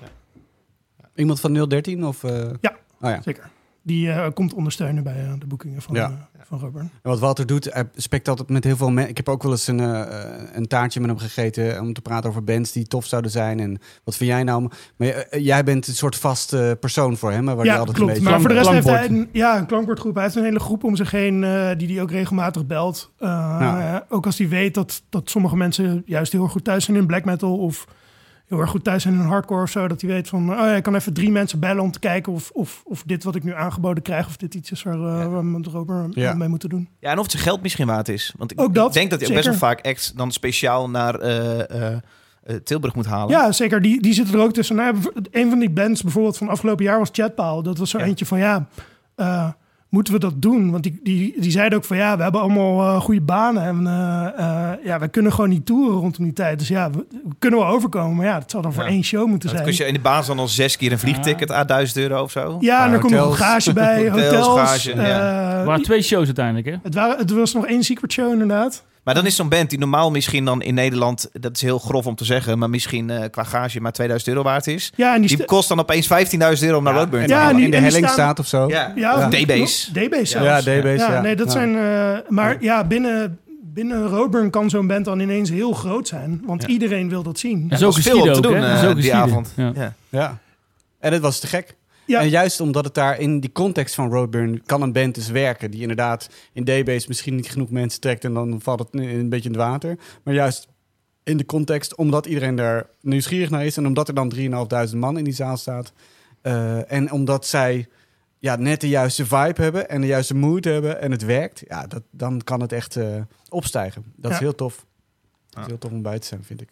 Speaker 2: Iemand van 013 of... eh?
Speaker 5: Ja.
Speaker 2: Oh ja.
Speaker 5: Zeker. Die eh, komt ondersteunen bij eh, de boekingen van,
Speaker 2: Ja.
Speaker 5: eh, van Roburn.
Speaker 2: En wat Walter doet, hij spreekt altijd met heel veel mensen. Ik heb ook wel eens een, eh, eh, een taartje met hem gegeten om te praten over bands die tof zouden zijn. En wat vind jij nou? Maar eh, eh, jij bent een soort vast eh, persoon voor hem, hè, waar hij
Speaker 5: Ja,
Speaker 2: altijd
Speaker 5: klopt.
Speaker 2: een beetje...
Speaker 5: Maar voor de rest heeft hij
Speaker 3: Klankbord.
Speaker 5: een, ja, een klankbordgroep. Hij heeft een hele groep om zich heen eh, die hij ook regelmatig belt. Eh,
Speaker 2: Ja.
Speaker 5: eh, Ook als hij weet dat, dat sommige mensen juist heel erg goed thuis zijn in black metal... of heel erg goed thuis zijn in hardcore of zo. Dat hij weet van, oh ja, ik kan even drie mensen bellen om te kijken... of, of, of dit wat ik nu aangeboden krijg, of dit iets is waar, eh, waar we met Robert
Speaker 2: Ja.
Speaker 5: mee moeten doen.
Speaker 1: Ja, en of het zijn geld misschien waard is. Want ik,
Speaker 5: Ook dat,
Speaker 1: ik denk dat je best
Speaker 5: zeker.
Speaker 1: wel vaak acts dan speciaal naar eh, eh, eh, Tilburg moet halen.
Speaker 5: Ja, zeker. Die, die zitten er ook tussen. Nou, ja, een van die bands bijvoorbeeld van afgelopen jaar was Chatpaal. Dat was zo
Speaker 1: Ja.
Speaker 5: eentje van ja, eh, moeten we dat doen? Want die, die, die zeiden ook van ja, we hebben allemaal eh, goede banen. En eh, eh, ja, we kunnen gewoon niet toeren rondom die tijd. Dus ja, we, we kunnen wel overkomen. Maar ja, het zal dan voor
Speaker 1: Ja.
Speaker 5: één show moeten
Speaker 1: Want
Speaker 5: zijn.
Speaker 1: kun je in de baas dan al zes keer een vliegticket aan 1000 euro of zo?
Speaker 5: Ja, en
Speaker 2: Ja,
Speaker 5: dan komt nog een
Speaker 2: hotels.
Speaker 5: garage bij,
Speaker 1: Hotels,
Speaker 5: hotels.
Speaker 1: garage,
Speaker 5: eh,
Speaker 3: Er waren twee shows uiteindelijk, hè?
Speaker 5: het, waren, het was nog één secret show inderdaad.
Speaker 1: Maar dan is zo'n band die normaal misschien dan in Nederland, dat is heel grof om te zeggen, maar misschien eh, qua gage maar 2000 euro waard is.
Speaker 5: Ja, en die...
Speaker 1: Die
Speaker 5: st-
Speaker 1: kost dan opeens 15.000 euro om naar Roadburn te
Speaker 5: Ja,
Speaker 1: halen.
Speaker 5: en die-
Speaker 2: in de
Speaker 5: en die
Speaker 2: helling
Speaker 5: staan-
Speaker 2: staat of zo.
Speaker 1: nou? Ja,
Speaker 5: ja,
Speaker 1: of
Speaker 5: ja.
Speaker 1: DB's.
Speaker 5: DB's zelfs.
Speaker 2: ja DB's. Ja,
Speaker 5: Ja, nee, dat
Speaker 2: Ja.
Speaker 5: zijn. eh, maar ja, binnen, binnen Roadburn kan zo'n band dan ineens heel groot zijn. Want
Speaker 1: Ja.
Speaker 5: iedereen wil dat zien.
Speaker 3: Dat
Speaker 1: er was veel om te doen, eh, die avond.
Speaker 3: Ja.
Speaker 1: Ja.
Speaker 2: Ja. En dat was te gek.
Speaker 5: Ja.
Speaker 2: En juist omdat het daar in die context van Roadburn kan een band dus werken. Die inderdaad in DB's misschien niet genoeg mensen trekt en dan valt het een een beetje in het water. Maar juist in de context omdat iedereen daar nieuwsgierig naar is. En omdat er dan 3.500 man in die zaal staat. eh, en omdat zij ja, net de juiste vibe hebben en de juiste mood hebben en het werkt. Ja, dat, dan kan het echt eh, opstijgen. Dat is
Speaker 5: Ja.
Speaker 2: heel tof. Dat
Speaker 1: Ja.
Speaker 2: is heel tof om bij te zijn, vind ik.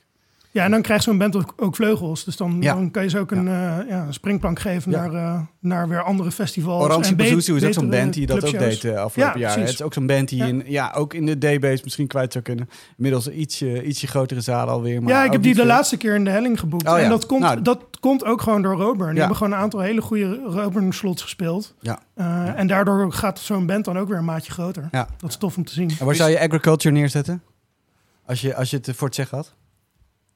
Speaker 5: Ja, en dan krijgt zo'n band ook, ook vleugels. Dus dan,
Speaker 2: Ja.
Speaker 5: dan kan je ze ook een, eh, ja, een springplank geven
Speaker 2: Ja.
Speaker 5: naar, eh, naar weer andere festivals.
Speaker 2: Orange
Speaker 5: en be-
Speaker 2: Pazuzu is ook zo'n
Speaker 5: betere
Speaker 2: band die dat ook
Speaker 5: clubshows.
Speaker 2: deed eh, afgelopen
Speaker 5: Ja,
Speaker 2: jaar. Het
Speaker 5: precies.
Speaker 2: is ook zo'n band die
Speaker 5: Ja.
Speaker 2: In, ja, ook in de database misschien kwijt zou kunnen. Inmiddels een ietsje, ietsje grotere zalen alweer. Maar
Speaker 5: ja,
Speaker 2: ook
Speaker 5: ik heb die
Speaker 2: niet
Speaker 5: de
Speaker 2: veel.
Speaker 5: laatste keer in de helling geboekt.
Speaker 2: Oh ja.
Speaker 5: En dat komt,
Speaker 2: Nou.
Speaker 5: dat komt ook gewoon door Roburn. Die
Speaker 2: Ja.
Speaker 5: hebben gewoon een aantal hele goede Roburn-slots gespeeld.
Speaker 2: Ja.
Speaker 5: Eh, En daardoor gaat zo'n band dan ook weer een maatje groter.
Speaker 2: Ja.
Speaker 5: Dat is tof om te zien.
Speaker 2: En waar zou je agriculture neerzetten? Als je, als je het eh, voor het zeggen had?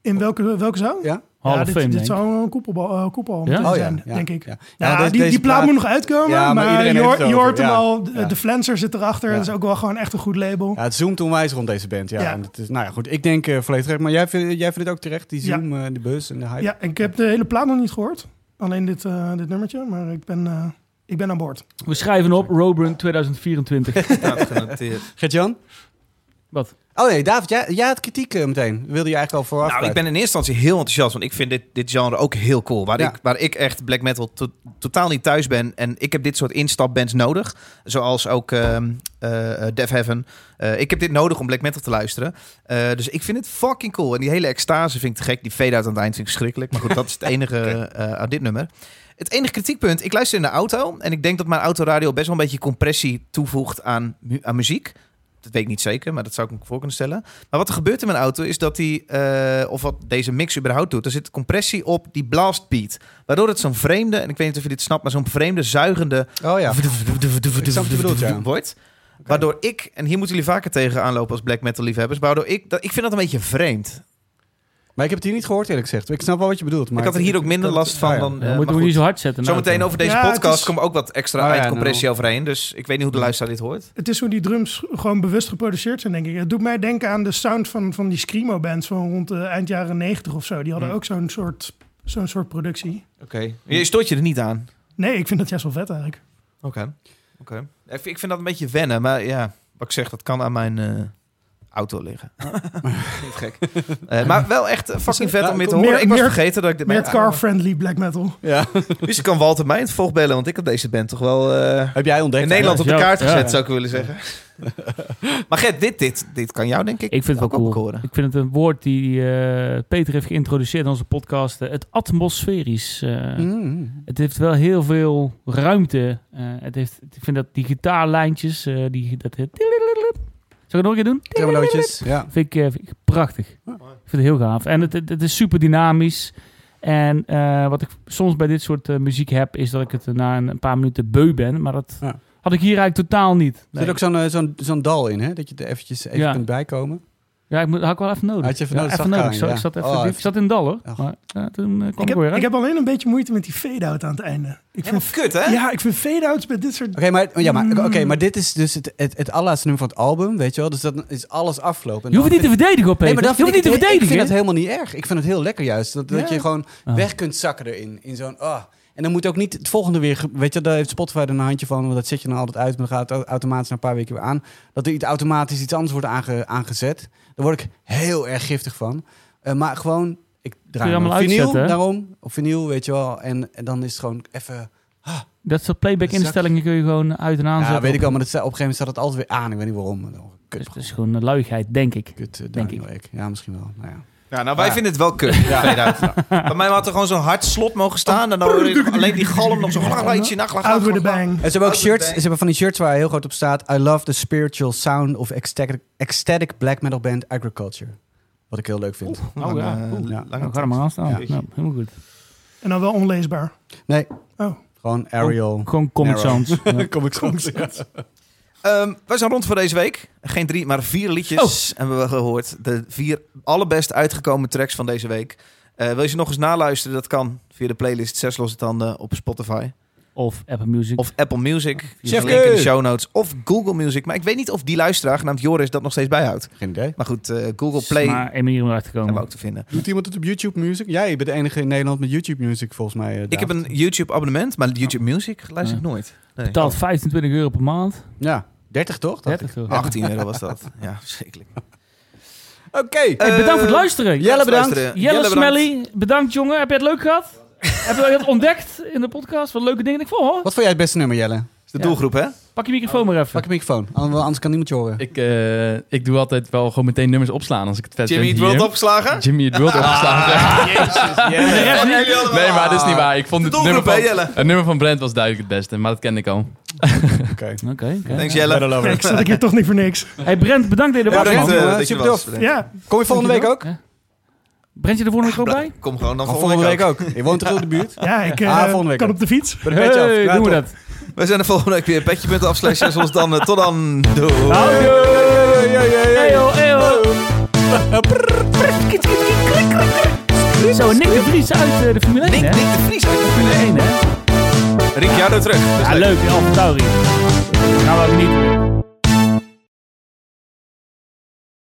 Speaker 5: In welke, welke zaal?
Speaker 2: Ja?
Speaker 3: Hall
Speaker 5: ja,
Speaker 3: of
Speaker 5: dit,
Speaker 3: Fame,
Speaker 5: dit
Speaker 3: denk ik.
Speaker 5: zou een koepelbal, eh, koepel
Speaker 3: Ja?
Speaker 5: moeten
Speaker 2: Oh ja,
Speaker 5: zijn,
Speaker 2: ja,
Speaker 5: denk ik.
Speaker 2: ja.
Speaker 5: Ja,
Speaker 2: Ja, deze-
Speaker 5: die,
Speaker 2: deze
Speaker 5: die plaat
Speaker 2: plaat-
Speaker 5: moet nog uitkomen,
Speaker 2: Ja, maar
Speaker 5: maar,
Speaker 2: iedereen
Speaker 5: je,
Speaker 2: heeft
Speaker 5: hoort-
Speaker 2: het
Speaker 5: je
Speaker 2: over,
Speaker 5: hoort hem
Speaker 2: ja.
Speaker 5: al. De,
Speaker 2: Ja.
Speaker 5: de Flancer zit erachter.
Speaker 2: Ja.
Speaker 5: Dat is ook wel gewoon echt een goed label.
Speaker 2: Ja, het zoomt onwijs rond deze band. Ja.
Speaker 5: Ja.
Speaker 2: En het is, nou ja, goed. Ik denk eh volledig terecht. Maar jij vindt, jij vindt het ook terecht, die
Speaker 5: Ja.
Speaker 2: zoom, eh, de bus en de hype.
Speaker 5: Ja, en ik heb de hele plaat nog niet gehoord. Alleen dit, eh, dit nummertje, maar ik ben, eh, ik ben aan boord.
Speaker 3: We schrijven op Roburn 2024.
Speaker 1: Staat genoteerd.
Speaker 2: Gert-Jan?
Speaker 3: Wat?
Speaker 2: Oh nee, David, jij, jij had kritiek eh, meteen. Wilde je eigenlijk al vooraf
Speaker 1: nou, ik
Speaker 2: kwijt.
Speaker 1: ben in eerste instantie heel enthousiast, want ik vind dit, dit genre ook heel cool. Waar,
Speaker 2: Ja.
Speaker 1: ik, waar ik echt black metal to- totaal niet thuis ben. En ik heb dit soort instapbands nodig. Zoals ook ehm eh, eh, Death Heaven. Eh, ik heb dit nodig om black metal te luisteren. Eh, dus ik vind het fucking cool. En die hele extase vind ik te gek. Die fade-out aan het eind vind ik schrikkelijk. Maar goed, dat is het enige eh, aan dit nummer. Het enige kritiekpunt, ik luister in de auto. En ik denk dat mijn autoradio best wel een beetje compressie toevoegt aan, mu- aan muziek. Dat weet ik niet zeker, maar dat zou ik me voor kunnen stellen. Maar wat er gebeurt in mijn auto is dat die, eh, of wat deze mix überhaupt doet, er zit compressie op die blast beat. Waardoor het zo'n vreemde, en ik weet niet of je dit snapt, maar zo'n vreemde zuigende
Speaker 2: Oh ja. Ik snap wat je bedoelt, ja.
Speaker 1: wordt. Waardoor ik, en hier moeten jullie vaker tegen aanlopen als black metal liefhebbers, waardoor ik, dat, ik vind dat een beetje vreemd.
Speaker 2: Maar ik heb het hier niet gehoord eerlijk gezegd. Ik snap wel wat je bedoelt. Maar
Speaker 1: ik had er hier ook minder
Speaker 2: kan het-
Speaker 1: last van
Speaker 2: oh ja.
Speaker 1: dan... eh,
Speaker 3: Dan
Speaker 1: maar
Speaker 3: moeten we
Speaker 1: goed.
Speaker 3: niet zo hard zetten. nou.
Speaker 1: Zometeen over deze
Speaker 5: Ja, het
Speaker 1: podcast
Speaker 5: is-
Speaker 1: komt ook wat extra
Speaker 2: Oh ja,
Speaker 1: eindcompressie
Speaker 2: nou.
Speaker 1: overheen. Dus ik weet niet hoe de luisteraar dit hoort.
Speaker 5: Het is hoe die drums gewoon bewust geproduceerd zijn, denk ik. Het doet mij denken aan de sound van, van die Screamo-bands van rond de eind jaren negentig of zo. Die hadden
Speaker 1: Hm.
Speaker 5: ook zo'n soort, zo'n soort productie.
Speaker 1: Oké. Je stoort je er niet aan?
Speaker 5: Nee, ik vind dat juist wel vet eigenlijk.
Speaker 1: Oké. Oké. Ik, vind- ik vind dat een beetje wennen, maar ja, wat ik zeg, dat kan aan mijn eh, auto liggen. Niet gek. Eh, maar wel echt eh, fucking vet om weer te
Speaker 5: Meer-
Speaker 1: horen. ik was
Speaker 5: meer-
Speaker 1: vergeten dat ik dit
Speaker 5: Meer
Speaker 1: mijn-
Speaker 5: car-friendly black metal.
Speaker 2: Ja.
Speaker 1: Dus je kan Walter mij het volg bellen, want ik heb deze band toch wel eh,
Speaker 2: Heb jij ontdekt?
Speaker 1: in Nederland
Speaker 3: ja,
Speaker 1: op de
Speaker 3: ja.
Speaker 1: kaart gezet,
Speaker 3: Ja.
Speaker 1: zou ik willen zeggen. maar Gert, dit, dit, dit kan jou denk ik.
Speaker 3: Ik vind het wel
Speaker 1: ook
Speaker 3: cool.
Speaker 1: horen.
Speaker 3: eh, Ik vind het een woord die eh, Peter heeft geïntroduceerd in onze podcast. eh, het atmosferisch. eh.
Speaker 2: Mm.
Speaker 3: Het heeft wel heel veel ruimte. Eh, het heeft, ik vind dat die gitaarlijntjes, eh, die, dat... Zal ik het nog een keer doen?
Speaker 2: Tremolootjes. Ah. Ja.
Speaker 3: Vind ik, eh, vind ik prachtig. Ik vind het heel gaaf. En het, het, het is super dynamisch. En eh, wat ik soms bij dit soort eh, muziek heb, is dat ik het eh, na een, een paar minuten beu ben. Maar dat
Speaker 2: Ja.
Speaker 3: had ik hier eigenlijk totaal niet.
Speaker 2: Er zit ook zo'n eh, zo'n zo'n dal in, hè? Dat je er eventjes even
Speaker 3: Ja.
Speaker 2: kunt bijkomen.
Speaker 3: Ja, ik moet, had ik wel even nodig.
Speaker 2: Had je even
Speaker 3: Ja,
Speaker 2: nodig,
Speaker 3: even
Speaker 2: zag ik
Speaker 3: nodig.
Speaker 2: aan
Speaker 3: Zo,
Speaker 2: je,
Speaker 3: Ik zat,
Speaker 2: ja.
Speaker 3: even,
Speaker 2: Oh,
Speaker 3: ik
Speaker 2: even-
Speaker 3: zat in Dallen.
Speaker 2: Ach.
Speaker 3: Maar ja, toen eh, kwam
Speaker 5: Ik
Speaker 3: ik
Speaker 5: heb,
Speaker 3: weer
Speaker 5: ik
Speaker 3: uit.
Speaker 5: heb alleen een beetje moeite met die fade-out aan het einde. Ik vind,
Speaker 1: Helemaal kut, hè?
Speaker 5: ja, ik vind fade-outs bij dit soort...
Speaker 2: Oké, maar, ja, maar,
Speaker 5: Mm.
Speaker 2: oké, maar dit is dus het, het, het allerlaatste nummer van het album, weet je wel? Dus dan is alles afgelopen. En
Speaker 3: Je hoeft
Speaker 2: dan
Speaker 3: het niet te verdedigen, op Peter.
Speaker 2: Nee, maar dan
Speaker 3: je
Speaker 2: vind
Speaker 3: hoeft
Speaker 2: ik,
Speaker 3: het niet te
Speaker 2: het- ik
Speaker 3: verdedigen.
Speaker 2: vind dat helemaal niet erg. Ik vind het heel lekker juist. Dat, dat
Speaker 5: Ja.
Speaker 2: je gewoon
Speaker 3: Ah.
Speaker 2: weg kunt zakken erin. In zo'n, ah. En dan moet ook niet het volgende weer... ge- Weet je, daar heeft Spotify er een handje van. Want dat zet je dan altijd uit. Maar dan gaat het au- automatisch na een paar weken weer aan. Dat er iets automatisch iets anders wordt aange- aangezet. Daar word ik heel erg giftig van. Eh, maar gewoon, ik draai
Speaker 3: allemaal
Speaker 2: mijn vinyl
Speaker 3: uitzetten, hè?
Speaker 2: daarom. Of vinyl, weet je wel. En, en dan is het gewoon even...
Speaker 3: Dat soort playback-instellingen kun je gewoon uit en aan
Speaker 2: Ja,
Speaker 3: zetten.
Speaker 2: weet ik wel. Maar dat, sta- op een gegeven moment staat het altijd weer aan. Ik weet niet waarom. Kut,
Speaker 3: Dus het is gewoon een luiheid, denk ik.
Speaker 2: kut eh,
Speaker 3: Denk
Speaker 2: Daniel Ek. Ja, misschien wel. Nou ja.
Speaker 1: Ja, nou, wij
Speaker 2: Ja.
Speaker 1: vinden het wel kut. fade out. Bij mij had er gewoon zo'n hard slot mogen staan. En dan hoor je alleen die galm nog zo'n glaglaatje. na, glaglaat,
Speaker 5: Out with a
Speaker 1: glaglaat.
Speaker 5: bang.
Speaker 2: En ze hebben ook
Speaker 1: Out with a
Speaker 2: shirts. Ze
Speaker 1: bang.
Speaker 2: hebben van die shirts waar heel groot op staat. I love the spiritual sound of ecstatic, ecstatic black metal band Agriculture. Wat ik heel leuk vind.
Speaker 3: Oh
Speaker 1: Lange-
Speaker 3: ja,
Speaker 2: ja.
Speaker 3: oeh.
Speaker 1: lange
Speaker 3: Nou, ga er maar aan staan.
Speaker 2: Ja.
Speaker 3: Nou, helemaal goed.
Speaker 5: En dan wel onleesbaar.
Speaker 2: Nee.
Speaker 5: Oh.
Speaker 2: Gewoon Ariel.
Speaker 3: Gewoon Comic
Speaker 2: Narrow.
Speaker 3: Sans. Ja.
Speaker 2: Comic Sans.
Speaker 1: Ehm, wij zijn rond voor deze week. Geen drie, maar vier liedjes
Speaker 2: Oh.
Speaker 1: hebben we gehoord. De vier allerbest uitgekomen tracks van deze week. Eh, wil je ze nog eens naluisteren? Dat kan via de playlist Zes Losse Tanden op Spotify.
Speaker 3: Of Apple Music.
Speaker 1: Of Apple Music. Via
Speaker 2: Chef
Speaker 1: de link in de
Speaker 2: Kees.
Speaker 1: show notes. Of Google Music. Maar ik weet niet of die luisteraar genaamd Joris dat nog steeds bijhoudt.
Speaker 2: Geen idee.
Speaker 1: Maar goed, eh, Google Play
Speaker 3: Maar
Speaker 1: hebben
Speaker 3: één manier om eruit te
Speaker 1: we
Speaker 3: komen.
Speaker 1: ook te vinden.
Speaker 2: Doet iemand het op YouTube Music? Jij bent de enige in Nederland met YouTube Music volgens mij. eh,
Speaker 1: Ik heb
Speaker 2: David.
Speaker 1: een YouTube abonnement, maar YouTube Music luister ik nooit. Nee.
Speaker 3: Betaalt 25 euro per maand.
Speaker 2: Ja, 30 toch? dacht
Speaker 3: 30 euro.
Speaker 1: 18 Oh, euro was dat. Ja, verschrikkelijk.
Speaker 2: ik. Oké.
Speaker 3: Hey, bedankt voor het
Speaker 1: Eh,
Speaker 3: luisteren.
Speaker 2: Jelle, bedankt.
Speaker 1: luisteren.
Speaker 3: Jelle,
Speaker 1: Jelle, bedankt.
Speaker 3: Smelly, bedankt. jongen. Heb je het leuk gehad? Heb je het ontdekt in de podcast? Wat leuke dingen. Ik vond hoor.
Speaker 2: Wat vond jij het beste nummer, Jelle?
Speaker 1: Is de
Speaker 3: Ja.
Speaker 1: doelgroep, hè?
Speaker 3: Pak je microfoon maar even.
Speaker 2: Pak een microfoon, anders anders kan niemand je horen.
Speaker 9: Ik, eh, ik doe altijd wel gewoon meteen nummers opslaan als ik het vet
Speaker 1: Jimmy
Speaker 9: vind
Speaker 1: Eat
Speaker 9: hier.
Speaker 1: World opgeslagen?
Speaker 9: Jimmy Eat World opgeslagen. Ah, Nee, maar dat is niet waar. Ik vond
Speaker 1: De
Speaker 9: het
Speaker 1: doelgroep,
Speaker 9: nummer, van,
Speaker 1: hè, Jelle?
Speaker 9: het nummer van Brent was duidelijk het beste, maar dat kende ik al.
Speaker 3: Oké, oké.
Speaker 1: Thanks Jelle.
Speaker 5: Kijk, ik zat ik hier toch niet voor niks.
Speaker 3: Hey Brent, bedankt dat je er
Speaker 1: Ja,
Speaker 3: was,
Speaker 1: bedankt,
Speaker 3: man.
Speaker 1: eh,
Speaker 2: man.
Speaker 1: dat je
Speaker 2: Super
Speaker 1: was,
Speaker 2: tof.
Speaker 1: bedankt.
Speaker 5: Ja,
Speaker 2: Kom je volgende week ook?
Speaker 3: Brent, je er volgende week ook bij?
Speaker 1: Kom gewoon dan
Speaker 2: Of volgende week
Speaker 1: ook.
Speaker 2: ook. Je woont toch in de buurt?
Speaker 5: ja ik eh,
Speaker 2: Ah, volgende week
Speaker 5: kan
Speaker 2: ook.
Speaker 5: op de fiets.
Speaker 2: Bij de petje af.
Speaker 3: Hey,
Speaker 2: Ja,
Speaker 3: doen we
Speaker 2: top.
Speaker 3: dat.
Speaker 1: We zijn er volgende week weer. Petje.af slash zes ons dan. eh, Tot dan. Doei.
Speaker 3: Hey, yo, hey, oh. yo.
Speaker 1: oh.
Speaker 3: Zo, Nick de Vries uit eh, de Formule 1,
Speaker 1: Nick, Nick
Speaker 3: hè?
Speaker 1: de Vries uit de Formule 1.
Speaker 3: hè?
Speaker 1: Ricciardo terug. Dus Nou,
Speaker 3: Ja, leuk, Alfa Tauri. Gaan we ook niet.